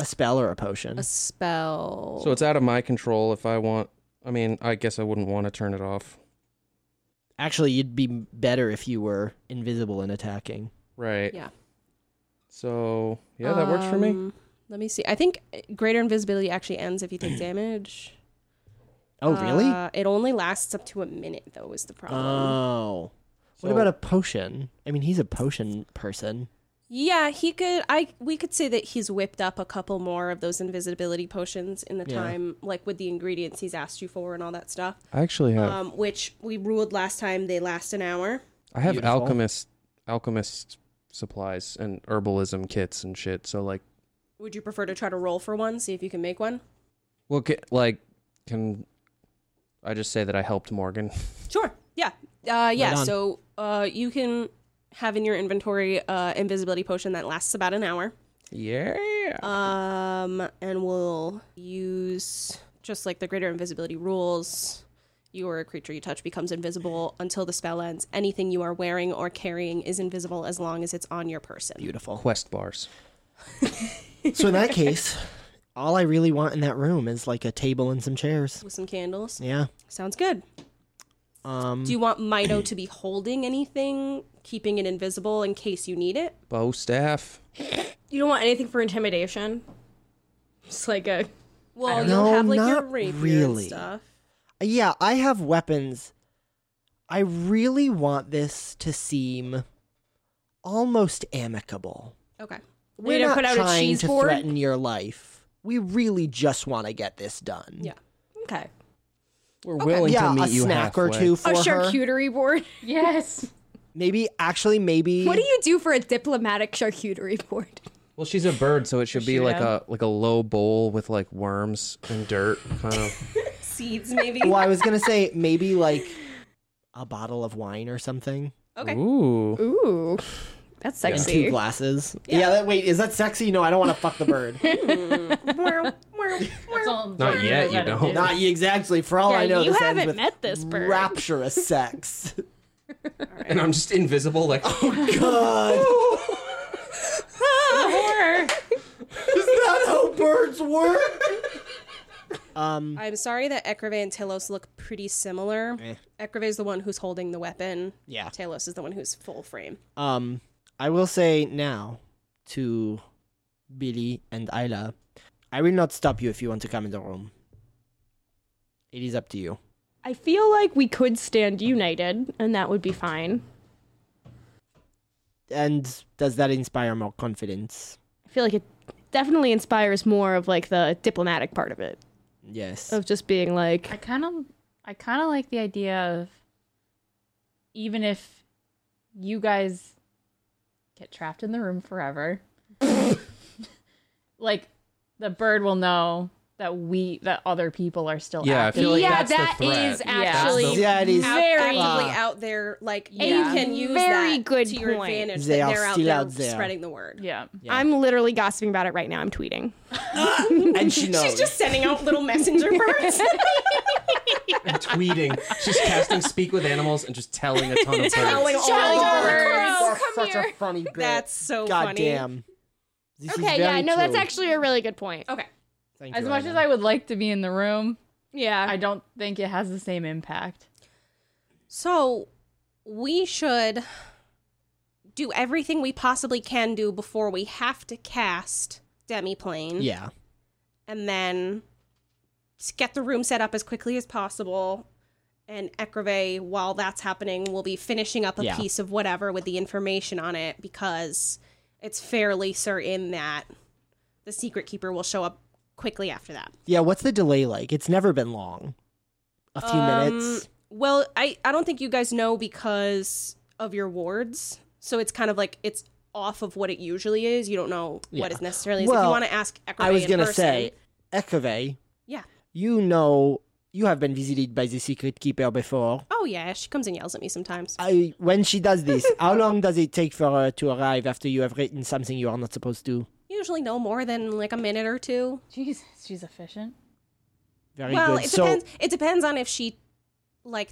Speaker 2: A spell or a potion?
Speaker 3: A spell.
Speaker 6: Mm. So it's out of my control if I want. I mean, I guess I wouldn't want to turn it off.
Speaker 2: Actually, you'd be better if you were invisible and attacking.
Speaker 6: Right.
Speaker 3: Yeah.
Speaker 6: So, yeah, that works for me.
Speaker 3: Um, Let me see. I think greater invisibility actually ends if you take damage.
Speaker 2: Oh, really?
Speaker 3: Uh, it only lasts up to a minute, though, is the problem.
Speaker 6: Uh.
Speaker 2: Oh. What
Speaker 6: So-
Speaker 2: about a potion? I mean, he's a potion person.
Speaker 3: yeah, he could. I we could say that he's whipped up a couple more of those invisibility potions in the
Speaker 2: Yeah.
Speaker 3: time, like with the ingredients he's asked you for and all that stuff.
Speaker 6: I actually have.
Speaker 3: Um, which we ruled last time they last an hour.
Speaker 6: I have
Speaker 2: Beautiful.
Speaker 6: alchemist alchemist supplies and herbalism kits and shit. So like,
Speaker 3: Would you prefer to try to roll for one, see if you can make one?
Speaker 6: well, ca- like, can I just say that I helped Morgan?
Speaker 3: Sure. Yeah. Uh, yeah.
Speaker 2: on.
Speaker 3: so uh, you can have in your inventory uh, invisibility potion that lasts about an hour.
Speaker 6: Yeah.
Speaker 2: Uh,
Speaker 3: Um, and we'll use just like the greater invisibility rules. You or a creature you touch becomes invisible until the spell ends. Anything you are wearing or carrying is invisible as long as it's on your person.
Speaker 2: Beautiful.
Speaker 6: Quest bars.
Speaker 2: so in that case, all I really want in that room is like a table and some chairs.
Speaker 3: With some candles.
Speaker 2: Yeah.
Speaker 3: Sounds good.
Speaker 2: Um.
Speaker 3: Do you want Mido to be holding anything, keeping it invisible in case you need it?
Speaker 6: Bow staff.
Speaker 5: you don't want anything for intimidation. It's like a
Speaker 3: Well,
Speaker 2: don't
Speaker 3: you'll
Speaker 2: know.
Speaker 3: have like your
Speaker 2: Not
Speaker 3: rapier
Speaker 2: really.
Speaker 3: and stuff.
Speaker 2: yeah, I have weapons. I really want this to seem almost amicable.
Speaker 3: Okay.
Speaker 2: We're
Speaker 5: gonna
Speaker 2: not
Speaker 5: put out a
Speaker 2: trying
Speaker 5: cheese
Speaker 2: to
Speaker 5: board?
Speaker 2: threaten your life. We really just want to get this done.
Speaker 3: Yeah.
Speaker 5: okay
Speaker 6: We're willing
Speaker 2: yeah,
Speaker 6: to meet
Speaker 2: a
Speaker 6: you
Speaker 2: snack
Speaker 6: halfway.
Speaker 2: or two for
Speaker 5: a
Speaker 2: her.
Speaker 5: charcuterie board.
Speaker 4: Yes.
Speaker 2: Maybe actually, maybe
Speaker 5: What do you do for a diplomatic charcuterie board?
Speaker 6: Well, she's a bird, so it should be like a like a low bowl with like worms and dirt, kind of.
Speaker 3: Seeds, maybe.
Speaker 2: well, I was gonna say maybe like a bottle of wine or something
Speaker 3: Okay.
Speaker 6: Ooh.
Speaker 5: Ooh, that's
Speaker 2: and
Speaker 5: sexy.
Speaker 2: two glasses. Yeah. that, wait, is that sexy? No, I don't want to fuck the bird.
Speaker 4: That's all
Speaker 6: Not
Speaker 4: Jamie
Speaker 6: yet,
Speaker 4: knows
Speaker 6: you
Speaker 4: how to
Speaker 6: don't.
Speaker 4: do.
Speaker 2: Not you exactly. For all I know,
Speaker 5: you
Speaker 2: this
Speaker 5: haven't
Speaker 2: ends with
Speaker 5: met this bird.
Speaker 2: rapturous sex.
Speaker 6: And I'm just invisible, like
Speaker 2: Oh, God, is that how birds work? Um,
Speaker 3: I'm sorry that Ekrave and Talos look pretty similar.
Speaker 2: Eh.
Speaker 3: Ekrave is the one who's holding the weapon.
Speaker 2: yeah.
Speaker 3: Talos is the one who's full frame.
Speaker 2: Um, I will say now to Billy and Isla, I will not stop you if you want to come in the room. It is up to you.
Speaker 5: I feel like we could stand united, and that would be fine.
Speaker 2: And does that inspire more confidence?
Speaker 5: I feel like it definitely inspires more of like the diplomatic part of it.
Speaker 2: Yes.
Speaker 5: of just being like
Speaker 7: I kind of I kind of like the idea of even if you guys get trapped in the room forever like the bird will know that we that other people are still
Speaker 6: Yeah, I
Speaker 7: active.
Speaker 6: feel like
Speaker 4: yeah,
Speaker 6: that's the
Speaker 4: that
Speaker 6: threat.
Speaker 4: is
Speaker 6: That's
Speaker 4: actually
Speaker 6: the-
Speaker 2: yeah, it is.
Speaker 4: How-
Speaker 1: very
Speaker 4: Very-
Speaker 1: actively
Speaker 2: Ah.
Speaker 1: out there. Like
Speaker 7: Yeah.
Speaker 1: you can use
Speaker 5: Very
Speaker 1: that
Speaker 5: good
Speaker 1: to your
Speaker 5: point.
Speaker 1: advantage
Speaker 2: They
Speaker 1: that
Speaker 2: are
Speaker 1: they're out
Speaker 2: still
Speaker 1: there,
Speaker 2: out there.
Speaker 1: spreading the word.
Speaker 7: yeah.
Speaker 2: Yeah.
Speaker 5: I'm literally gossiping about it right now. I'm tweeting.
Speaker 2: and she knows.
Speaker 1: She's just sending out little messenger birds.
Speaker 6: and tweeting. She's casting Speak with Animals and just telling a ton of
Speaker 1: Telling
Speaker 6: birds.
Speaker 1: all the
Speaker 5: Charlie
Speaker 1: birds.
Speaker 5: Crow.
Speaker 2: That's
Speaker 5: come
Speaker 2: such
Speaker 5: here.
Speaker 2: a funny bit.
Speaker 1: That's so
Speaker 2: God
Speaker 1: funny.
Speaker 2: damn. This is
Speaker 5: Okay, yeah,
Speaker 2: very
Speaker 5: no, that's
Speaker 2: true.
Speaker 5: actually a really good point.
Speaker 1: Okay.
Speaker 2: Thank
Speaker 7: As
Speaker 2: you,
Speaker 7: much
Speaker 2: Anna.
Speaker 7: as I would like to be in the room,
Speaker 5: Yeah,
Speaker 7: I don't think it has the same impact.
Speaker 1: So we should do everything we possibly can do before we have to cast Demiplane.
Speaker 2: Yeah.
Speaker 1: And then s- get the room set up as quickly as possible. And Ekrave, while that's happening, will be finishing up a
Speaker 2: Yeah.
Speaker 1: piece of whatever with the information on it because it's fairly certain that the Secret Keeper will show up quickly after that.
Speaker 2: Yeah, what's the delay like? It's never been long. A few
Speaker 1: Um,
Speaker 2: minutes.
Speaker 1: Well, I, I don't think you guys know because of your wards. So it's kind of like it's off of what it usually is. You don't know what
Speaker 2: Yeah.
Speaker 1: is necessarily. so if
Speaker 2: Well,
Speaker 1: you want to ask Ekrave
Speaker 2: I was
Speaker 1: in
Speaker 2: going to
Speaker 1: person-
Speaker 2: say, Ekave,
Speaker 1: Yeah.
Speaker 2: you know, you have been visited by the secret keeper before.
Speaker 1: Oh yeah, she comes and yells at me sometimes.
Speaker 2: I, when she does this, how long does it take for her to arrive after you have written something you are not supposed to?
Speaker 1: usually no more than like a minute or two.
Speaker 7: Jesus, she's efficient.
Speaker 2: Very
Speaker 1: well,
Speaker 2: good.
Speaker 1: it
Speaker 2: So,
Speaker 1: depends it depends on if she like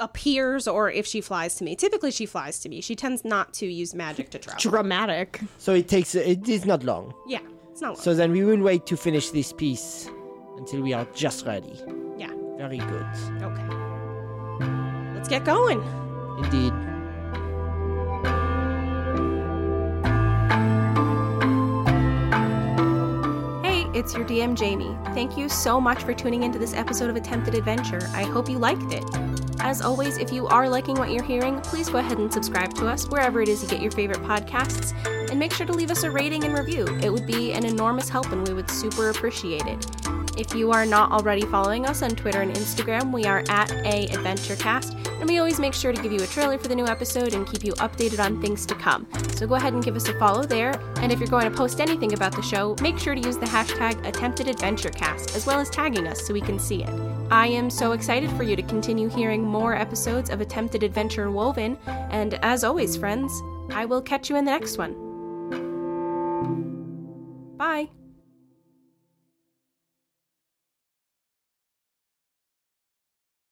Speaker 1: appears or if she flies to me. Typically she flies to me. She tends not to use magic to travel.
Speaker 5: dramatic.
Speaker 2: so it takes, it is not long.
Speaker 1: Yeah. It's not
Speaker 2: So then we will wait to finish this piece until we are just ready.
Speaker 1: Yeah.
Speaker 2: Very good.
Speaker 1: Okay. Let's get going.
Speaker 2: Indeed.
Speaker 1: Hey, it's your DM Jamie. Thank you so much for tuning into this episode of Attempted Adventure. I hope you liked it. As always, if you are liking what you're hearing, please go ahead and subscribe to us wherever it is you get your favorite podcasts, and make sure to leave us a rating and review. It would be an enormous help and we would super appreciate it. If you are not already following us on Twitter and Instagram, we are at A AdventureCast, and we always make sure to give you a trailer for the new episode and keep you updated on things to come. So go ahead and give us a follow there. And if you're going to post anything about the show, make sure to use the hashtag AttemptedAdventureCast, as well as tagging us so we can see it. I am so excited for you to continue hearing more episodes of Attempted Adventure Woven, and as always, friends, I will catch you in the next one.